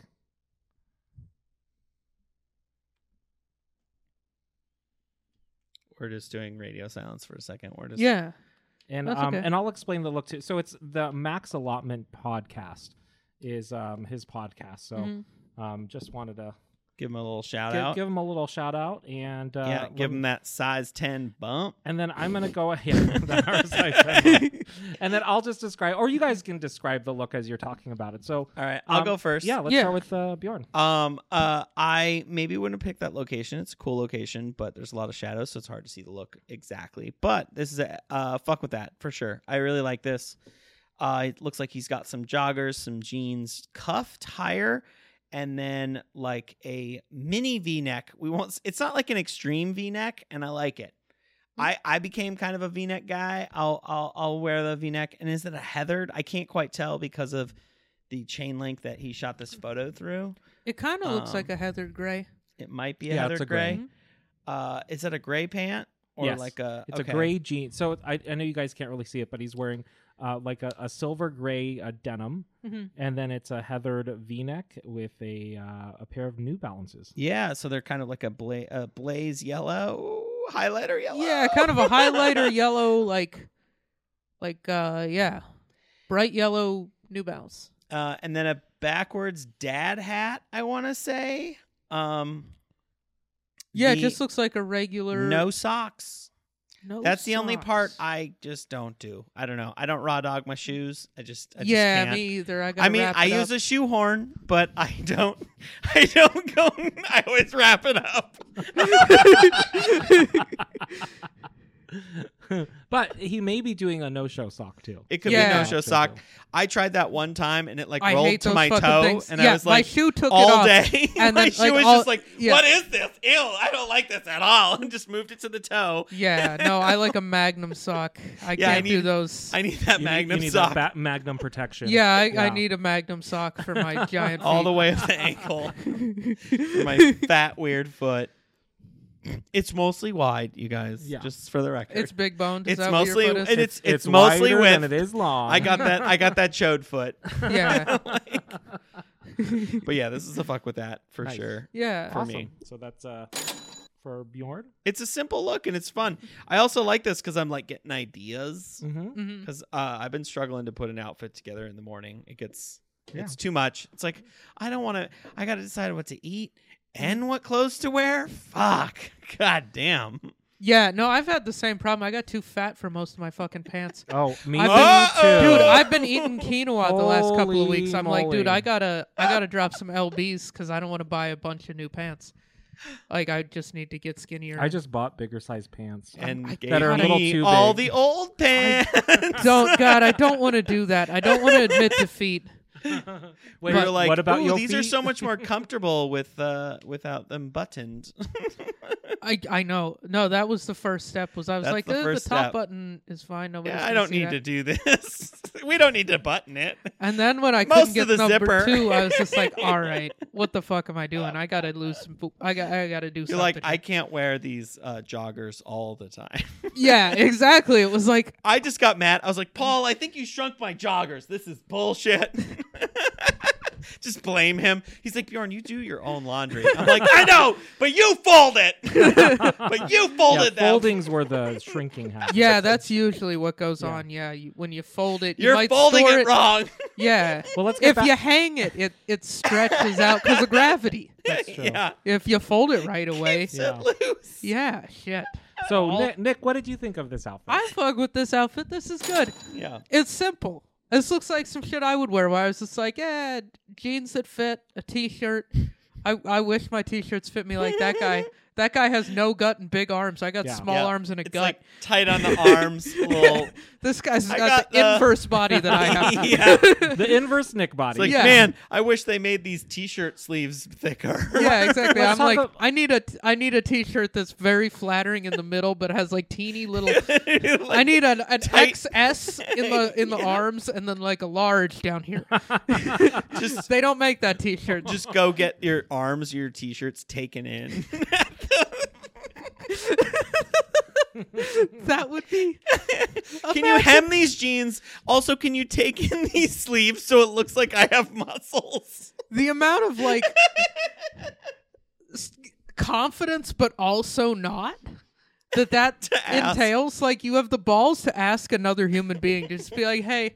We're just doing radio silence for a second. We're just Yeah. and That's um, okay. and I'll explain the look too. So it's the Max Allotment podcast is um, his podcast. So Mhm. um, just wanted to give him a little shout give, out. give him a little shout out and uh, yeah, let give him that size ten bump. *laughs* *laughs* And then I'm gonna go ahead. *laughs* That was my second. and then I'll just describe, or you guys can describe the look as you're talking about it. So All right, I'll um, go first. Yeah, let's Yeah. start with uh, Bjorn. Um. Uh. I maybe wouldn't pick that location. It's a cool location, but there's a lot of shadows, so it's hard to see the look exactly. But this is a uh. Fuck with that for sure. I really like this. Uh. It looks like he's got some joggers, some jeans cuffed higher, and then like a mini V-neck. We won't. s- It's not like an extreme V-neck, and I like it. I, I became kind of a V-neck guy. I'll I'll I'll wear the V-neck. And is it a heathered? I can't quite tell because of the chain link that he shot this photo through. It kind of looks Um, like a Heather Gray. It might be a Yeah, heather it's a gray. gray. Uh, is that a gray pant or Yes. like a? It's okay. a gray jean. So it- I, I know you guys can't really see it, but he's wearing uh, like a, a silver gray uh, denim, Mhm. and then it's a heathered V-neck with a uh, a pair of New Balances. Yeah, so they're kind of like a, bla- a blaze yellow, ooh, highlighter yellow. Yeah, kind of a *laughs* highlighter yellow, like, like uh, yeah, bright yellow New Balance. uh, and then a backwards dad hat. I want to say. Um, Yeah, the- it just looks like a regular. no socks. no That's the only part socks. I just don't do. I don't know. I don't raw dog my shoes. I just I yeah, just can't. me either. I got. I mean, I use a shoehorn, but I don't. *laughs* I don't go. *laughs* I always wrap it up. but he may be doing a no-show sock too. It could be Yeah. no show sock. I tried that one time and it like I rolled hate to those my fucking toe, things. and I Yeah, was my like shoe took it all off. day. *laughs* *laughs* And my then, shoe like, was all- just like, yeah. "What is this? Ew! I don't like this at all." *laughs* And just moved it to the toe. yeah, no, I like a Magnum sock. I Yeah, I can't need- do those. I need You need- that you Magnum need sock That ba- magnum protection. yeah, I, I Yeah. need a Magnum sock for *laughs* my giant. all feet. the way up the ankle, for my fat weird foot. It's mostly wide, you guys. Yeah. Just for the *laughs* record, It's big boned. Is It's that what mostly your and foot is? it's it's, It's, mostly wider width. than it is long. I got that. I *laughs* got that chode foot. *laughs* *laughs* yeah, But yeah, this is a fuck with that for Nice. sure. yeah. for awesome. me. So that's uh, for Bjorn. it's a simple look and it's fun. I also like this because I'm like getting ideas Mm-hmm. Mhm. because uh, I've been struggling to put an outfit together in the morning. It gets Yeah. it's too much. It's like I don't want to. I got to decide what to eat and what clothes to wear. Fuck. *laughs* God damn. Yeah, no, I've had the same problem. I got too fat for most of my fucking pants. *laughs* Oh, me I've been- too. Dude, I've been eating quinoa the last couple of Holy weeks. I'm like, dude, moly. I gotta, I gotta drop some lbs because I don't want to buy a bunch of new pants. Like, I just need to get skinnier. I just bought bigger size pants. and gave that are a little me too all big. the *laughs* old pants. don't, God, I don't want to do that. I don't want to admit defeat. we Wait, were like, what about "Ooh, your these are feet?" so *laughs* much more comfortable with uh, without them buttoned. I, I know. No, that was the first step. Was I was That's like, the eh, the, first top step. button is fine. Nobody. yeah, I don't need to do this. *laughs* we don't need to button it. And then when I Most couldn't of get the number zipper. two, I was just *laughs* like, all right, what the fuck am I doing? I gotta lose some. Fo- I got, I gotta do You're something. like, I can't wear these uh, joggers all the time. *laughs* yeah, exactly. It was like, I just got mad. I was like, Paul, I think you shrunk my joggers. This is bullshit. *laughs* just blame him. He's like, Bjorn, you do your own laundry. I'm like, I know, but you fold it. *laughs* but you yeah, folded them. foldings were the *laughs* shrinking happens. yeah, that's usually what goes Yeah. on. Yeah, you, when you fold it, you You're might folding store it, wrong. *laughs* *laughs* Yeah, Well, let's get if back. you hang it, it it stretches out because of *laughs* gravity. That's true. yeah. If you fold it right away, yeah. Yeah. Loose. shit. So all. Nick, Nick, what did you think of this outfit? I fuck with this outfit. This is good. Yeah. It's simple. This looks like some shit I would wear. Where I was just like, yeah, jeans that fit, a t-shirt. I I wish my t-shirts fit me like that *laughs* guy. That guy has no gut and big arms. I got Yeah. small Yeah. arms and a It's gut. like tight *laughs* on the arms. little- this guy's I got, got the, the- inverse body that I have. *laughs* yeah. *laughs* the inverse Nick body. It's like, Yeah. man, I wish they made these t-shirt sleeves thicker. Yeah, *laughs* exactly. Let's I'm talk like, ab- I need a, t- I need a T-shirt that's very flattering in the middle, but has like teeny little. *laughs* I need an, an tight- XS in the in *laughs* the arms, and then like a large down here. just They don't make that T-shirt. Just just go get your arms, your t-shirts *laughs* taken in. that would be. Can you hem these jeans? Also, can you take in *laughs* these sleeves so it looks like I have muscles? *laughs* the amount of like s- confidence but also not that that *laughs* To ask. entails like you have the balls to ask another human being to just be like hey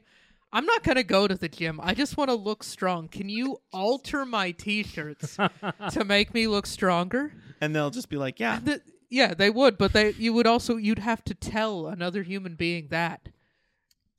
i'm not going to go to the gym i just want to look strong can you alter my *laughs* t-shirts to make me look stronger And they'll just be like, yeah. Th- yeah they would but they you would also you'd have to tell another human being that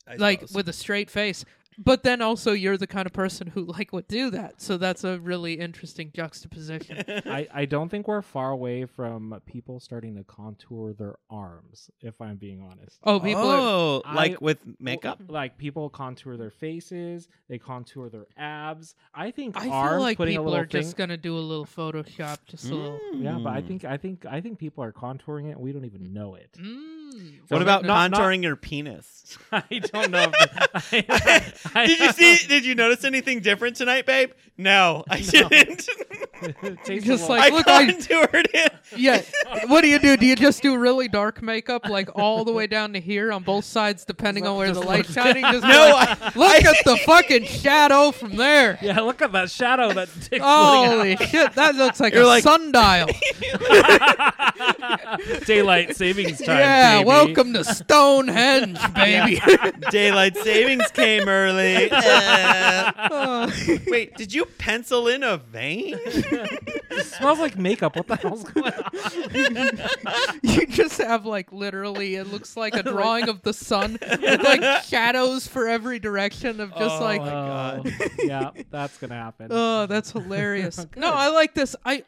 I like suppose. with a straight face. But then also, you're the kind of person who like would do that. So that's a really interesting *laughs* juxtaposition. *laughs* I, I don't think we're far away from people starting to contour their arms, if I'm being honest. Oh, people are oh, I- like with makeup? Like people contour their faces, they contour their abs. I think I arms feel like putting a people little are just thing- gonna do a little Photoshop, just a little. Mm. Yeah, but I Hmm. think I think I think people are contouring it. We don't even know it. Mm. What about not- not- contouring your penis? I don't know. If *laughs* *laughs* I- Did you see? Did you notice anything different tonight, babe? No, I didn't. *laughs* It takes a little- Just *laughs* like- I look, I- contoured it. *laughs* Yeah. What do you do? Do you just do really dark makeup, like all the way down to here on both *laughs* sides, depending on where the light's shining? Just be No, like, I, look at the fucking shadow from there. yeah, look at that shadow *laughs* that takes. *laughs* Holy shit, that looks like You're a like- *laughs* sundial. *laughs* Daylight savings time. yeah, baby. welcome to *laughs* Stonehenge, baby. *laughs* daylight savings came early. Uh, Oh. wait, did you pencil in *laughs* a vein? It smells like makeup. What the *laughs* hell's going on? You just have like literally, it looks like a drawing of the sun with like shadows for every direction of just like, my God. Oh, yeah, that's gonna happen. oh, that's hilarious. no, I like this. I,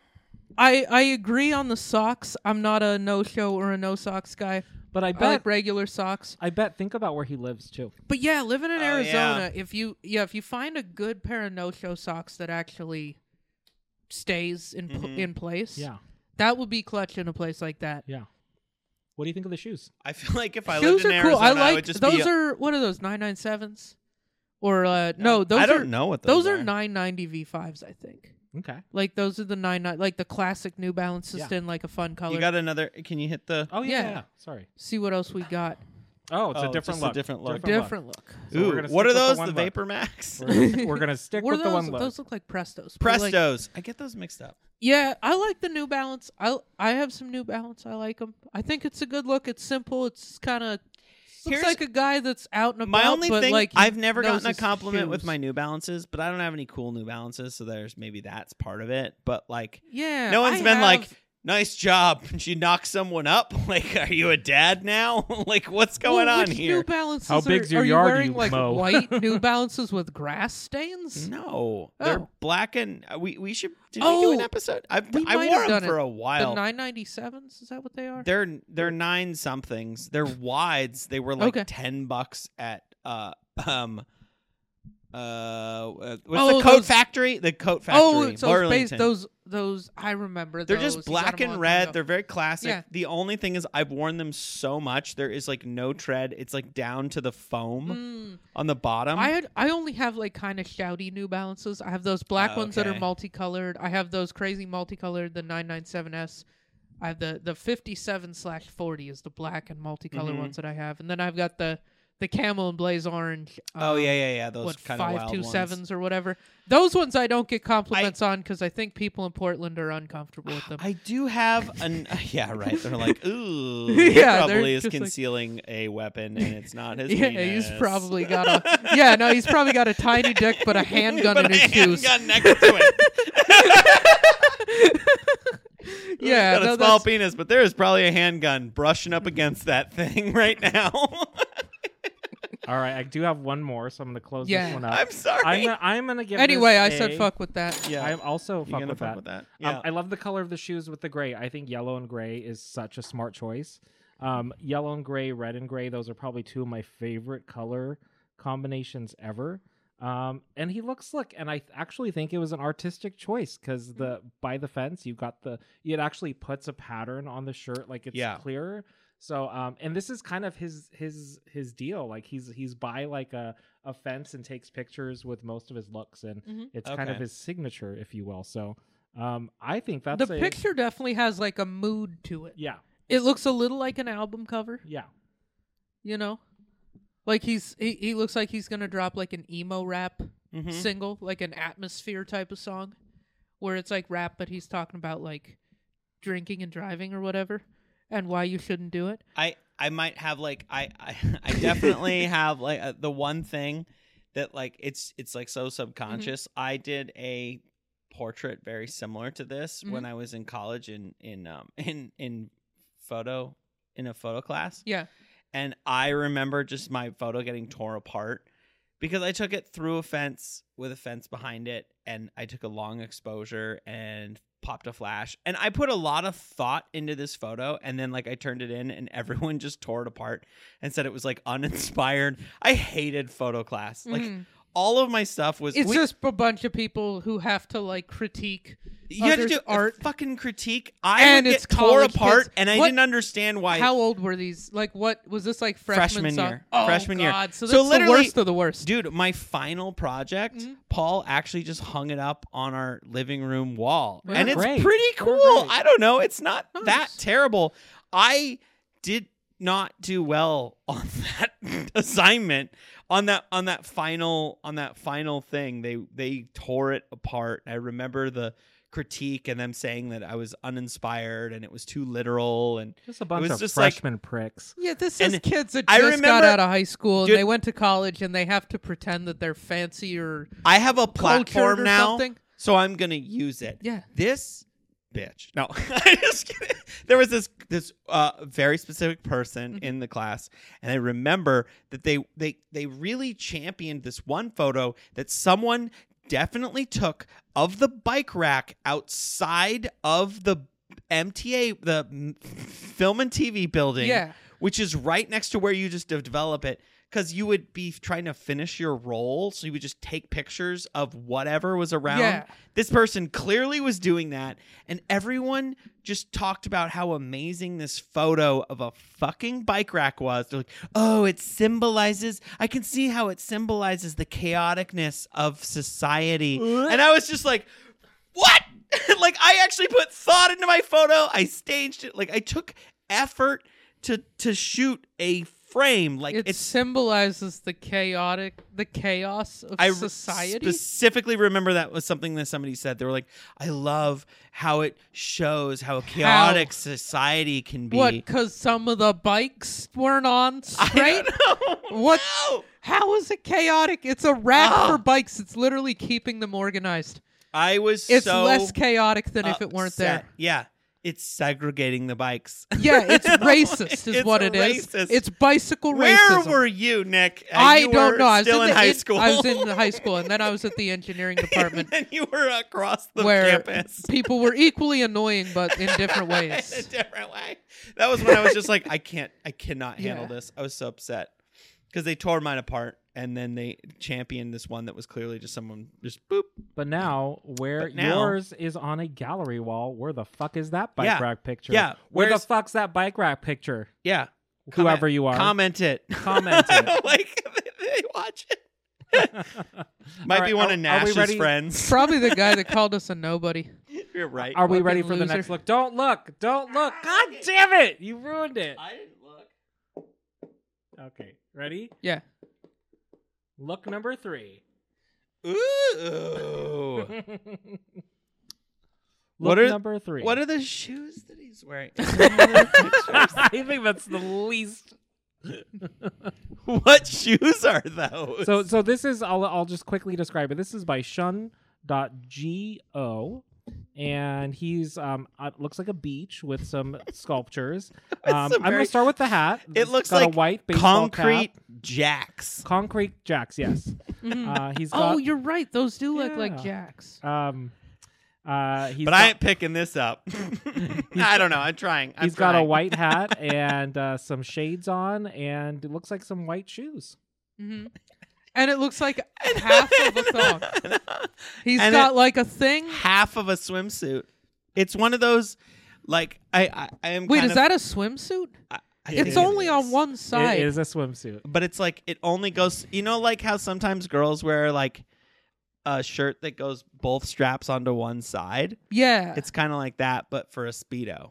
I, I agree on the socks. I'm not a no show or a no socks guy. But I bet. I like regular socks. I bet. Think about where he lives too. But yeah, living in Oh, Arizona, if you yeah, if you find a good pair of no show socks that actually stays in pl- Mhm. in place, Yeah, that would be clutch in a place like that. yeah. What do you think of the shoes? I feel *laughs* like if I Shoes lived in are Arizona, cool. I I like would just be. those are what are those nine nine sevens, or uh, no, those I don't are know what those, those are nine ninety V fives. I think Okay. like those are the nine nine like the classic New Balance just in like a fun color. You got another? Can you hit the? Oh yeah. Yeah. yeah, Sorry. See what else we got. Oh, it's Oh, a different just a look. different look. Different look. So we're gonna what stick are with the those? The, one look. Vapor *laughs* Max, We're *laughs* gonna, we're gonna stick What are with the those? one look. those look like Prestos. but, like- Prestos. I get those mixed up. yeah, I like the New Balance. I I have some New Balance. I like them. I think it's a good look. It's simple. It's kind of looks Here's- like a guy that's out and about. My only but thing, like he I've never knows gotten a his compliment with shoes. my New Balances, but I don't have any cool New Balances, so there's maybe that's part of it. But like, Yeah, no one's one's been like, nice job. *laughs* And she knocks someone up. *laughs* Like, are you a dad now? *laughs* like, what's going Well, on which here? New Balances How are, big's your are yard, you wearing you like mo? white *laughs* New Balances with grass stains? No, they're Oh. black and uh, we we should did we do Oh, an episode? I've, we I might wore have them done for it. a The while. 997s, is that what they are? they're they're nine somethings. They're wides. They were like Okay. ten bucks at uh um uh, uh what's Oh, the coat those- factory? The coat factory. oh, so it's based- Burlington. those those I remember. They're those. just You got black them a and long time red. ago. They're very classic. Yeah. The only thing is, I've worn them so much. There is like no tread. It's like down to the Mm. foam on the bottom. I had, I only have like kind of shouty New Balances. I have those black Oh, ones that are okay. multicolored. I have those crazy multicolored. The 997s. I have the the 57 slash 40 is the black and multicolor Mhm. ones that I have, and then I've got the the camel and blaze orange. oh um, yeah, yeah, yeah. Those what kind of five wild two ones. sevens or whatever. Those ones I don't get compliments on 'cause on because I think people in Portland are uncomfortable *sighs* with *laughs* them. I do have an *laughs* yeah right. They're *laughs* like ooh, he Yeah, they're probably is just like- concealing a weapon and it's not his. *laughs* yeah, penis. he's probably got a *laughs* yeah no, he's probably got a tiny dick but a handgun But in a his shoes. handgun next to it. *laughs* Yeah, He's got no, a small that's- penis, but there is probably a handgun brushing up against that thing *laughs* right now. All right, I do have one more, so I'm gonna close Yeah. this one up. I'm sorry. I'm gonna, I'm gonna give. anyway, this I said a- fuck with that. yeah, I'm also you're fuck gonna with, fuck that. with that. Um, I love the color of the shoes with the gray. I think yellow and gray is such a smart choice. Um, yellow and gray, red and gray, those are probably two of my favorite color combinations ever. Um, and he looks look, and I th- actually think it was an artistic choice because Mm. the by the fence you got the it actually puts a pattern on the shirt like it's Yeah. clearer. So um, and this is kind of his his his deal. Like he's he's by like a a fence and takes pictures with most of his looks, and Mhm. it's kind of Mm-hmm. Okay. his signature, if you will. So um, I think that's The a, picture definitely has like a mood to it. Yeah, It looks a little like an album cover, yeah, you know. Like he's he, he looks like he's gonna drop like an emo rap Mhm. single, like an atmosphere type of song, where it's like rap, but he's talking about like drinking and driving or whatever, and why you shouldn't do it. I I might have like I *laughs* I, I definitely have like uh, the one thing that like it's it's like Mm-hmm. so subconscious. I did a portrait very similar to this Mm-hmm. when I was in college in in um in in photo in a photo class Yeah, and I remember just my photo getting torn apart because I took it through a fence with a fence behind it and I took a long exposure and popped a flash and I put a lot of thought into this photo and then like I turned it in and *laughs* everyone just tore it apart and said it was like uninspired. I hated photo class. Like Mhm. all of my stuff was it's we- just a bunch of people who have to like critique. you had to do others art. fucking critique. I And would it's get tore college kids. apart and I What- didn't understand why How old were these? Like, what was this like Freshman freshman, so- year. Oh, Freshman year. God. So So that's the literally- worst of the worst. Dude, my final project, Mm-hmm. Paul actually just hung it up on our living room wall. They're and it's great. pretty They're cool. great. I don't know. It's not Nice. that terrible. I did not do well *laughs* on that assignment on that on that final on that final thing they they tore it apart i remember the critique and them saying that i was uninspired and it was too literal and just a bunch was of just like- freshman pricks. yeah, this and is kids that I just got remember- out of high school and Dude- they went to college and they have to pretend that they're fancy or i have a Cultured platform or now something? so i'm gonna use it yeah. this bitch. No, *laughs* I just kidding. There was this this uh, very specific person in the class, and I remember that they they they really championed this one photo that someone definitely took of the bike rack outside of the MTA the m- film and TV building Yeah. which is right next to where you just de- develop it because you would be trying to finish your roll so you would just take pictures of whatever was around Yeah. this person clearly was doing that and everyone just talked about how amazing this photo of a fucking bike rack was they're like oh it symbolizes i can see how it symbolizes the chaoticness of society and i was just like what? *laughs* like I actually put thought into my photo. I staged it. Like I took effort to to shoot a frame. Like it it's, symbolizes the chaotic, the chaos of I re- society. specifically remember that was something that somebody said. They were like, "I love how it shows how chaotic society can be." what? Because some of the bikes weren't on *laughs* I straight. don't know. What? No. How is it chaotic? It's a wrap Ah. for bikes. It's literally keeping them organized. I was It's so uh, less chaotic than if it weren't upset. there. Yeah. it's segregating the bikes. *laughs* Yeah, it's I'm racist, like, is what it's it is. racist. It's bicycle *laughs* Where racism. were you, Nick? Uh, I you don't were know. I was Still in, in, the, high en- school. I was in the high school, and then I was at the engineering department, *laughs* and you were across the where campus. people were equally annoying, but in different *laughs* in a ways. different way. That was when I was just like, I can't, I cannot handle *laughs* Yeah. this. I was so upset because they tore mine apart and then they championed this one that was clearly just someone just boop. But now, where But now- yours is on a gallery wall, where the fuck is that bike Yeah. rack picture? Yeah. Where the Where's- fuck's that bike rack picture? Yeah. Whoever Comment- you are. Comment it. *laughs* Comment it. like, they, they watch *laughs* it. Might All right, be are- one of are we Nash's ready- friends. Probably the guy that called us a nobody. *laughs* You're right. Are we Fucking ready for the loser. next look? Don't look. Don't look. Ah, God damn it. You ruined it. I didn't look. Okay. Ready? Yeah. Look number three. Ooh. *laughs* look What are- number three. what are the shoes that he's wearing? *laughs* *laughs* I think that's the least. *laughs* what shoes are those? So so this is I'll I'll just quickly describe it. This is by Shun.go and he's um uh, looks like a beach with *laughs* some sculptures. Um, a I'm very- gonna start with the hat. it It's looks got like a white baseball cap. concrete Hmm. jacks. concrete jacks. Yes, Mhm. uh, he's got. oh, you're right. Those do look like Yeah. jacks. um, uh, he's but got, I ain't picking this up. *laughs* *laughs* I don't know. I'm trying. I'm he's got a trying. white *laughs* hat and uh, some shades on, and it looks like some white shoes. hmm And it looks like half of a thong. He's And got it- like a thing. half of a swimsuit. It's one of those, like I, I, I am. Wait, kind is of- *laughs* that a swimsuit? I- I think It's it only on is. one side. It is a *laughs* swimsuit. But it's like it only goes. You know, like how sometimes girls wear like a shirt that goes both straps onto one side. Yeah. It's kind of like that, but for a speedo.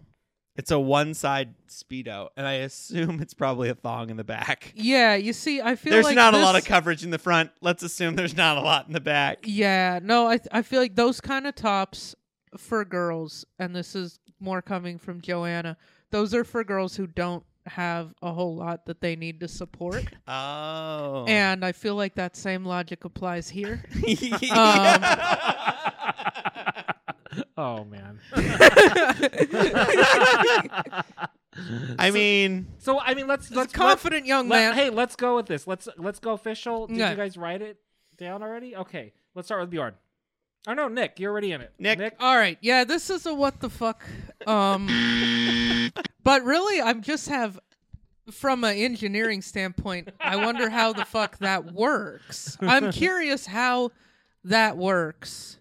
It's a one side speedo, and I assume it's probably a thong in the back. yeah, you see, I feel There's like not a this- lot of coverage in the front. Let's assume there's not a lot in the back. Yeah, no, I th- I feel like those kind of tops for girls, and this is more coming from Joanna. Those are for girls who don't have a whole lot that they need to support, Uh-huh. Oh. *laughs* and um, I feel like that same logic *laughs* applies here. oh man. I mean, so I mean, let's He's a let's confident young let- Oh, man. Hey, let's go with this. Let's let's go official. Did Okay. you guys write it down already? Okay, let's start with Bjorn. Oh no, Nick, you're already in it. Nick. All right, yeah, this is a what the fuck. Um, *laughs* but really, I'm just have from an engineering standpoint. I wonder how the fuck that works. *laughs* I'm curious how that works.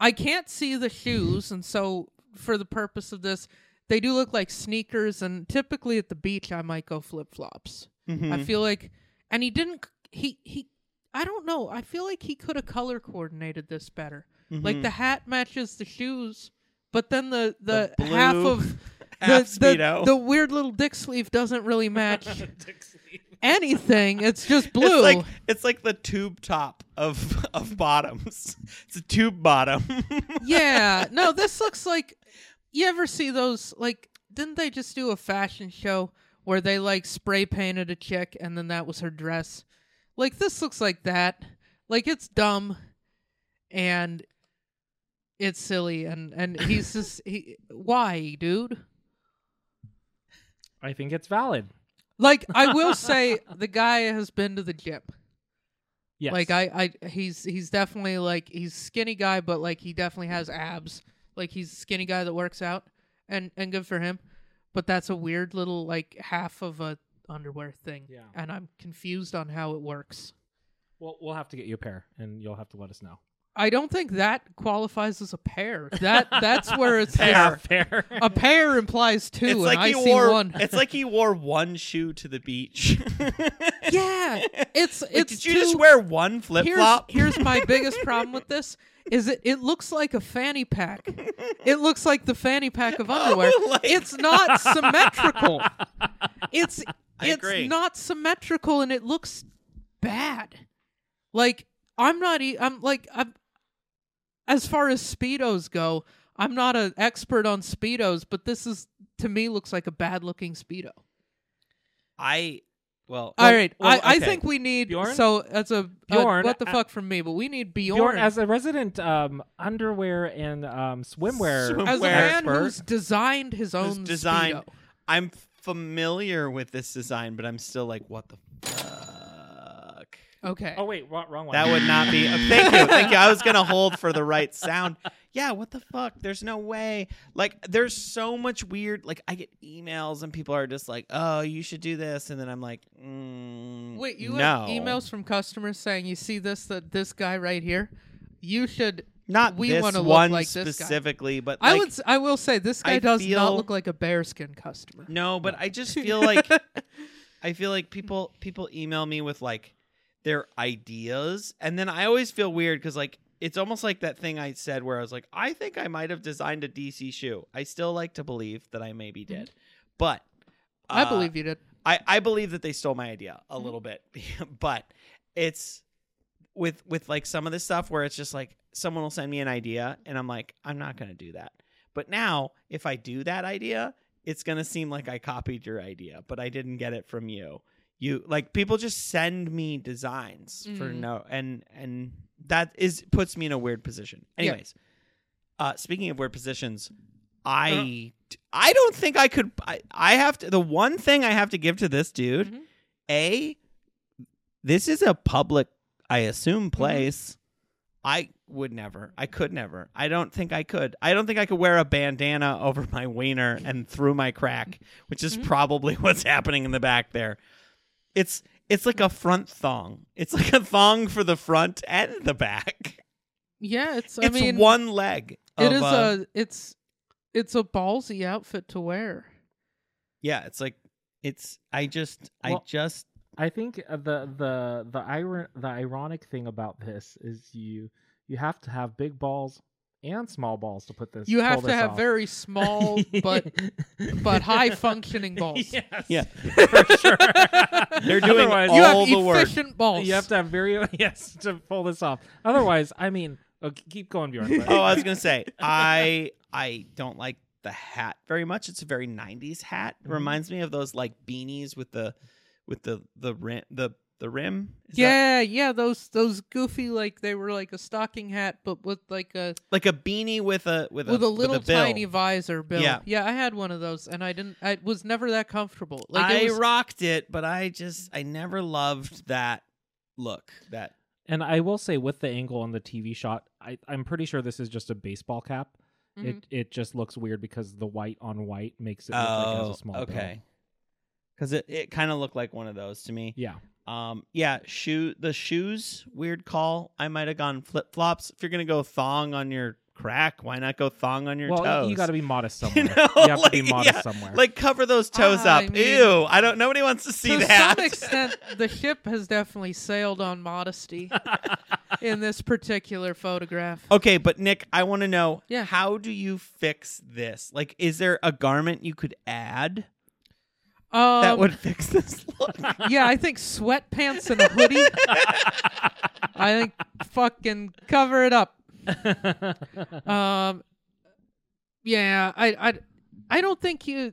I can't see the shoes, and so for the purpose of this, they do look like sneakers. And typically at the beach, I might go flip flops. Mm-hmm. I feel like, and he didn't. He he. I don't know. I feel like he could have color coordinated this better. Like Mm-hmm. the hat matches the shoes, but then the the, The half blue *laughs* of half the, the Speedo. the weird little dick sleeve doesn't *laughs* really match anything. It's just blue. It's like it's like the tube top of of bottoms. *laughs* It's a tube bottom. *laughs* yeah. No, this looks like you ever see those like didn't they just do a fashion show where they like spray painted a chick and then that was her dress? Like this looks like that. Like it's dumb and it's silly and and he's just he why, dude? I think it's valid. Like I will say the guy has been to the gym. Yes. Like I, I he's he's definitely like he's skinny guy, but like he definitely has abs. Like he's a skinny guy that works out, and and good for him. But that's a weird little like half of a underwear thing, Yeah. and I'm confused on how it works. We'll we'll have to get you a pair, and you'll have to let us *laughs* know. I don't think that qualifies as a pair. That that's where *laughs* it's Pair. Fair. a pair implies two, it's and like I he see wore *laughs* one. it's like he wore one shoe to the beach. *laughs* yeah, it's Like, it's did you two, just wear one flip here's, flop? here's my biggest problem with this is it, it looks like a fanny pack. It looks like the fanny pack of underwear. like- it's not symmetrical. It's it's agree. not symmetrical and it looks bad. Like I'm not e- I'm like I'm as far as speedos go, I'm not an expert on speedos, but this is to me looks like a bad looking speedo. I Well, All right, well, I, I okay. think we need Bjorn? so as a a Bjorn, what the uh, fuck from me, but we need *laughs* Bjorn, Bjorn, as a resident um, underwear and um, swimwear, Swimwear as a man expert, who's designed his Who's own designed- Speedo. I'm familiar with this design, but I'm still like, what the fuck? Okay, oh wait, wrong, wrong one. That would not be. uh, thank you, thank you. I was gonna hold for the right sound. Yeah, what the fuck? There's no way. Like, there's so much weird. Like, I get emails and people are just like, "Oh, you should do this," and then I'm like, mm, wait, you no. have emails from customers saying you see this that this guy right here, you should. Not we this wanna look one like this guy. specifically, but I like, would s- I will say this guy I does not feel- look like a bearskin customer. No, but *laughs* I just feel like I feel like people people email me with like their ideas, and then I always feel weird because like it's almost like that thing I said where I was like, I think I might have designed a DC shoe. I still like to believe that I maybe did, but Mm-hmm. I uh, believe Mm-hmm. you did. I, I believe that they stole my idea a little bit, *laughs* but it's with with like some of this stuff where it's just like someone will send me an idea and I'm like I'm not gonna do that. But now if I do that idea, it's gonna seem like I copied your idea, but I didn't get it from you. You like people just send me designs for Mm. no and and that is puts me in a weird position. Yeah. Anyways, uh, speaking of weird positions, Uh-huh. I I don't think I could. I, I have to. The one thing I have to give to this dude, Mhm. a, this is a public, I assume, Mm-hmm. place. I would never. I could never. I don't think I could. I don't think I could wear a bandana *laughs* over my wiener and through my crack, which is Mm-hmm. probably *laughs* what's happening in the back there. It's it's like a front thong. It's like a thong for the front and the back. Yeah, it's. I It's mean, one leg. It of, is uh, a. It's. It's a ballsy outfit to wear. Yeah, it's like it's I just I Well- just I think uh, the the the iron the ironic thing about this is you you have to have big balls and small balls to put this. You have pull to this have off. very *laughs* small but but high functioning balls. Yes. Yeah. For sure. *laughs* They're doing Otherwise, You have All the work. efficient balls. You have to have very *laughs* yes to pull this off. Otherwise, I mean, okay, keep going, Bjorn. but- *laughs* Oh, I was gonna say I I don't like the hat very much. It's a very '90s hat. It Mm-hmm. Mhm. reminds me of those like beanies with the with the the rim the the rim. Is that- yeah, yeah, those those goofy like they were like a stocking hat, but with like a like a beanie with a with a with a little bill. tiny visor bill. Yeah. I had one of those, and I didn't. I was never that comfortable. Like I it was, rocked it, but I just I never loved that look. That And I will say, with the angle on the TV shot, I, I'm pretty sure this is just a baseball cap. Mhm. It it just looks weird because the white on white makes it look like it oh has a small. bill. okay, because it it kind of looked like one of those to me. Yeah. Um, yeah, shoe the shoes weird call. I might have gone flip flops. If you're gonna go thong on your crack, why not go thong on your well, toes? you *laughs* got to be modest You somewhere. You, know, have to like, be modest yeah, somewhere. like cover those toes I up. mean- Ew, I don't. Nobody wants to *laughs* see to that. some extent, the ship has definitely sailed on modesty in this particular photograph. *laughs* okay, but Nick, I want to know. Yeah. How do you fix this? Like, is there a garment you could add Um, Oh, that would fix this *laughs* look? *laughs* yeah, I think sweatpants and a hoodie. I think fucking cover it up. um, yeah, I, I, I don't think you.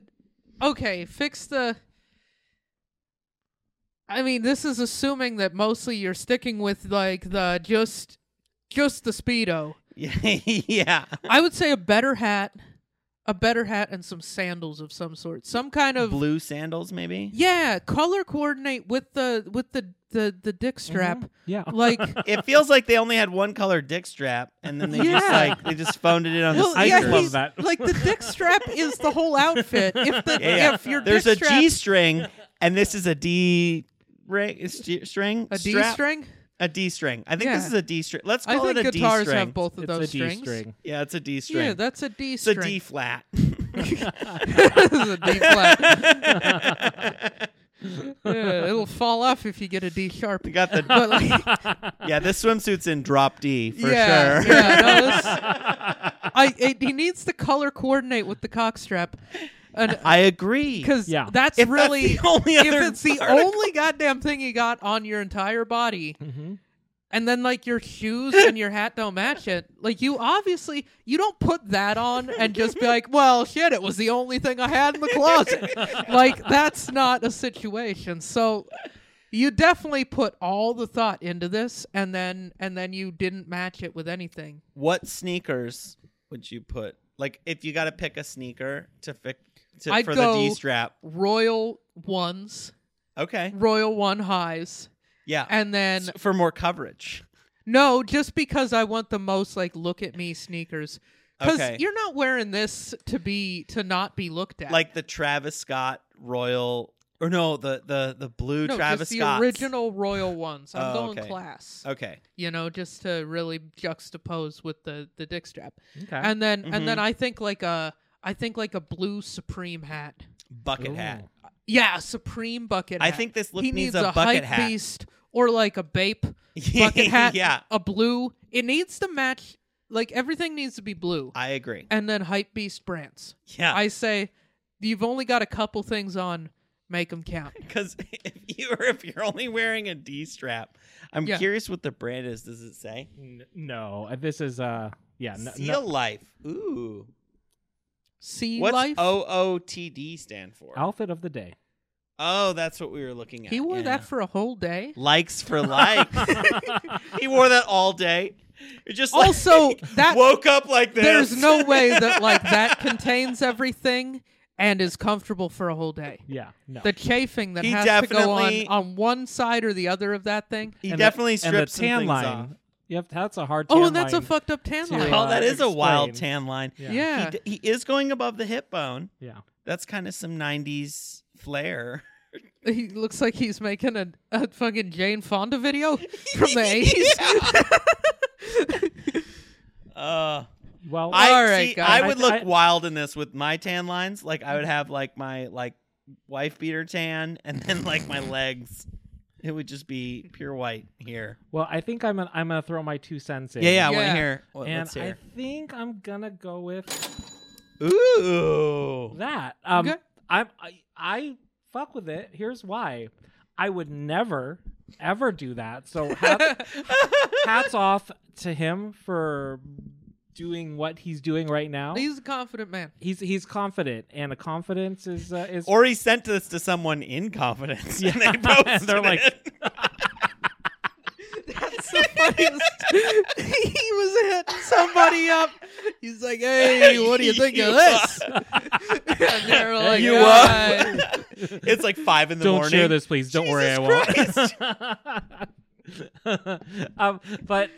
Okay, fix the. I mean, this is assuming that mostly you're sticking with like the just, just the speedo. yeah. *laughs* I would say a better hat, a better hat, and some sandals of some sort, some kind of Blue sandals, maybe. yeah, color coordinate with the with the the the dick strap. *laughs* yeah. Like, It feels like they only had one color dick strap, and then they just Yeah. like they just phoned it in on well, the yeah, speaker. love he's- that. like the dick strap is the whole outfit. If the *laughs* *laughs* Yeah, yeah. if your There's a dick strap, G string, and this is a D ring, is G- string, a D Strap? string, a D string. I think this Yeah. is a D string. Let's I call think it a D guitars string. have both of it's those a D strings. string. Yeah, it's a D string. Yeah, that's a D it's a string. *laughs* D flat. *laughs* This is a D flat. *laughs* Yeah, it'll fall off if you get a D sharp. We got *laughs* the But *laughs* like, yeah. This swimsuit's in drop D for yeah, sure. yeah, *laughs* no, this, I it, he needs to color coordinate with the cock strap, *laughs* and *laughs* I agree. because Yeah. that's If that's really the only if other it's the article- only goddamn thing you got on your entire body, Mhm. and then like your shoes and your hat don't match it. Like you obviously you don't put that on and just be like, "Well, shit, it was the only thing I had in the closet." like that's not a situation. So you definitely put all the thought into this and then and then you didn't match it with anything. What sneakers would you put? Like, if you got to pick a sneaker to fix to, I'd for go- the D strap, Royal ones, okay, royal one highs, yeah, Mm-hmm. and then S- for more coverage. No, just because I want the most like look at me sneakers. Because Okay. you're not wearing this to be to not be looked at. like the Travis Scott Royal or no the the the blue no, Travis just the Scott original *laughs* royal ones. I'm Oh, going okay. class. Okay, You know, just to really juxtapose with the the dick strap. Okay. And then Mhm. and then I think like a I think like a blue Supreme hat. bucket Ooh. hat. Yeah, a Supreme bucket. I hat. think this look he needs needs a a hype bucket hat. beast or like a *laughs* Bape bucket hat. yeah, a blue. It needs to match. Like everything needs to be blue. I agree. and then hype beast brands. Yeah, I say you've only got a couple things on, make them count. because *laughs* if you or if you're only wearing a D strap, I'm Yeah. curious what the brand is. Does it say? N- no, uh, this is uh yeah, no, Seal no. Life. Ooh, See what's life. O O T D stand for? outfit of the day. Oh, that's what we were looking at. he wore yeah. that for a whole day. likes for *laughs* life. he wore that all day. It just *laughs* like, Also, that woke up like *laughs* this. there's no way *laughs* that like that contains everything and is comfortable for a whole day. Yeah, no. The chafing that He has definitely- to go on on one side or the other of that thing. He And the- definitely and strips the some tan things line. off. Yep, that's a hard. Tan Oh, and that's a line. fucked up tan to, line. uh, Oh, that is a wild explain. tan line. Yeah. yeah. He, d- he is going above the hip bone. Yeah. That's kind of some 90s flair. *laughs* He looks like he's making a, a fucking Jane Fonda video from the 80s. Uh, Well, I, All right, see, guys. I would I- look I- wild in this with my tan lines. Like, I would have, like, my, like, wife beater tan *laughs* and then, like, my legs. It would just be pure white here. well, I think I'm gonna, I'm gonna throw my two cents in. Yeah, yeah, I want to Yeah. hear. What, And let's I hear. think I'm gonna go with Ooh. that. Um, Okay. I'm I, I fuck with it. Here's why. I would never ever do that. So hat, *laughs* hats off to him for doing what he's doing right now. *laughs* he's a confident man. He's he's confident, and a confidence is uh, is Or he sent this to someone in confidence. Yeah. And *laughs* they And posted they're like- it. *laughs* That's the *laughs* funniest. he was hitting somebody up. He's like, "Hey, what do you think *laughs* You of this?" and they were like, You "Alright." up? *laughs* it's like five in the Oh, don't morning. share this, please. Don't worry, I Jesus *laughs* won't. um, but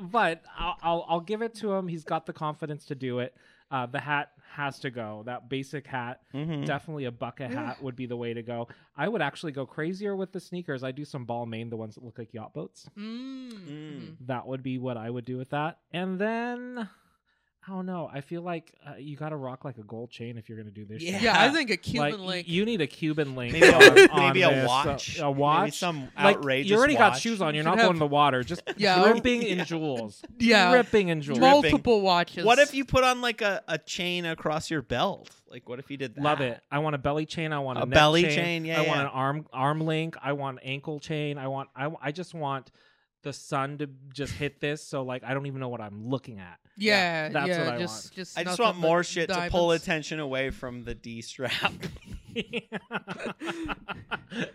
but I'll, I'll I'll give it to him. He's got the confidence to do it. Uh, the hat has to go. That basic hat, Mhm. definitely a bucket hat would be the way to go. I would actually go crazier with the sneakers. I do some ball main, the ones that look like yacht boats. Mm. That would be what I would do with that. And then. I don't know. I feel like uh, you got to rock like a gold chain if you're going to do this. Yeah. shit. Yeah, I think a Cuban Like, link. You need a Cuban link. Maybe a, on- on *laughs* maybe a this, uh, watch. A, watch. Maybe some like, outrageous. You already got watch. shoes on. You're You not should going have- in the water. Just *laughs* Yeah. ripping in jewels. Yeah. Ripping in jewels. Mul- Multiple watches. What if you put on like a, a chain across your belt? Like, what if you did that? Love it. I want a belly chain. I want a, A neck belly chain, I yeah, want yeah. an arm arm link. I want ankle chain. I want. I, I just want the sun to just hit this. So like I don't even know what I'm looking at. Yeah, yeah. that's what I just, want. just I just nothing want but more shit to pull diamonds. attention away from the D strap. *laughs*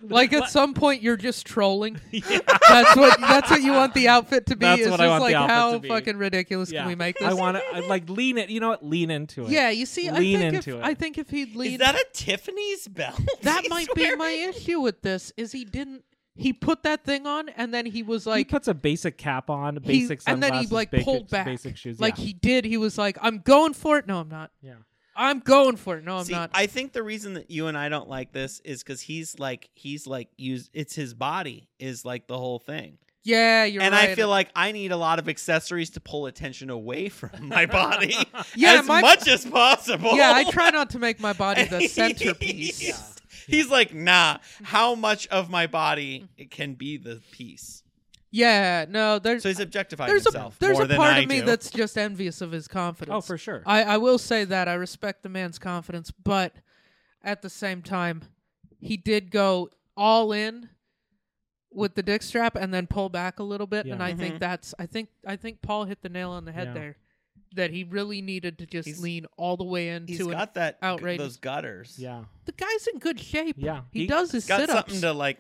Like at some point, you're *laughs* just trolling. That's what. That's what you want the outfit to be. That's it's what just I want the like outfit how to be. fucking ridiculous Yeah. can we make this? I want to like lean it. You know what? Lean into it. yeah, you see, I Lean think into if it. I think if he'd lean Is that a Tiffany's belt? that *laughs* he's might be my wearing? issue with this is he didn't he put that thing on and then he was he like puts a basic cap on, he- basic and then he sunglasses, like basic- pulled back basic shoes. like yeah. he did he was like i'm going for it no i'm not Yeah. i'm going for it no i'm See, not I think the reason that you and I don't like this is because he's like he's like use it's his body is like the whole thing, yeah you're and right I feel like I need a lot of accessories to pull attention away from *laughs* my body Yeah, as my- much as possible. *laughs* yeah i try not to make my body *laughs* the centerpiece oh. He's- *laughs* He's like, nah. How much of my body it can be the piece? yeah no there's So he's objectifying there's a himself there's more a than part I of me do. that's just envious of his confidence Oh, for sure. I, I will say that I respect the man's confidence, but at the same time, he did go all in with the dick strap and then pull back a little bit. And Yeah. I Mhm. think that's I think I think Paul hit the nail on the head Yeah. there. That he really needed to just He's- lean all the way He's into it. got that outrageous- those gutters. Yeah. the guy's in good shape. Yeah. He, He does his Got sit ups. something to like.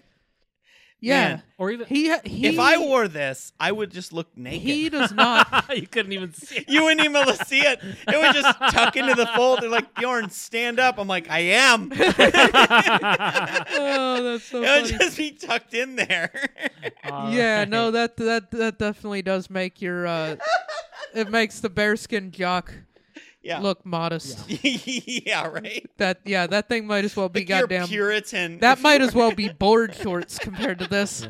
yeah. Or even He, he If I wore this, I would just look naked. he does not *laughs* *laughs* you couldn't even see. it. you wouldn't even be able to see it. It would just tuck into the fold. They're like, Bjorn, stand up. I'm like, I am. *laughs* Oh, that's so *laughs* it funny. would just be tucked in there. *laughs* All yeah, right. no, that that that definitely does make your uh it makes the bearskin jock yeah. look modest. *laughs* yeah, right. That yeah, that thing might as well be Like you're goddamn Puritan. That might as well be board shorts compared to this.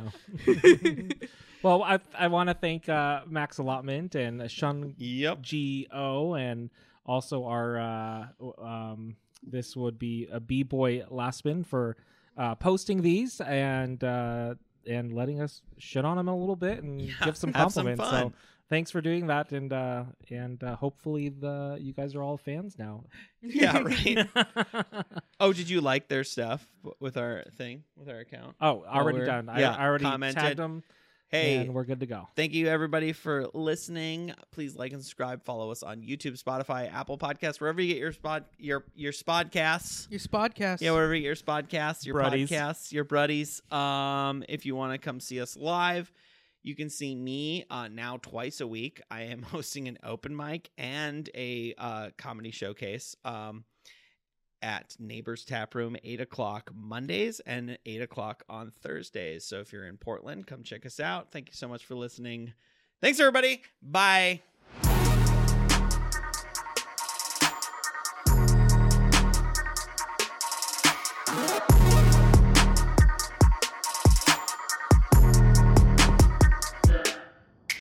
Well, I I want to thank uh, Max Allotment and Shun *laughs* Yep. G O and also our uh, w- um, this would be a B boy Lastman for uh, posting these and uh, and letting us shit on them a little bit and Yeah, give some have some compliments. fun. so thanks for doing that and uh, and uh, hopefully the you guys are all fans now. Yeah, right. *laughs* oh, did you like their stuff w- with our thing, with our account? Oh, already we're- done. yeah, I, I already commented. tagged them Hey, and we're good to go. Thank you everybody for listening. Please like and subscribe. Follow us on YouTube, Spotify, Apple Podcasts, wherever you get your spot your your spodcasts. Your spodcast. Yeah, wherever you get your spodcasts, your Bruddies. podcasts, your buddies. Um, if you want to come see us live, you can see me uh, now twice a week. I am *laughs* hosting an open mic and a uh, comedy showcase. Um, at Neighbors Tap Room, 8 o'clock Mondays and 8 o'clock on Thursdays. So if you're in Portland, come check us out. Thank you so much for listening. Thanks, everybody. Bye.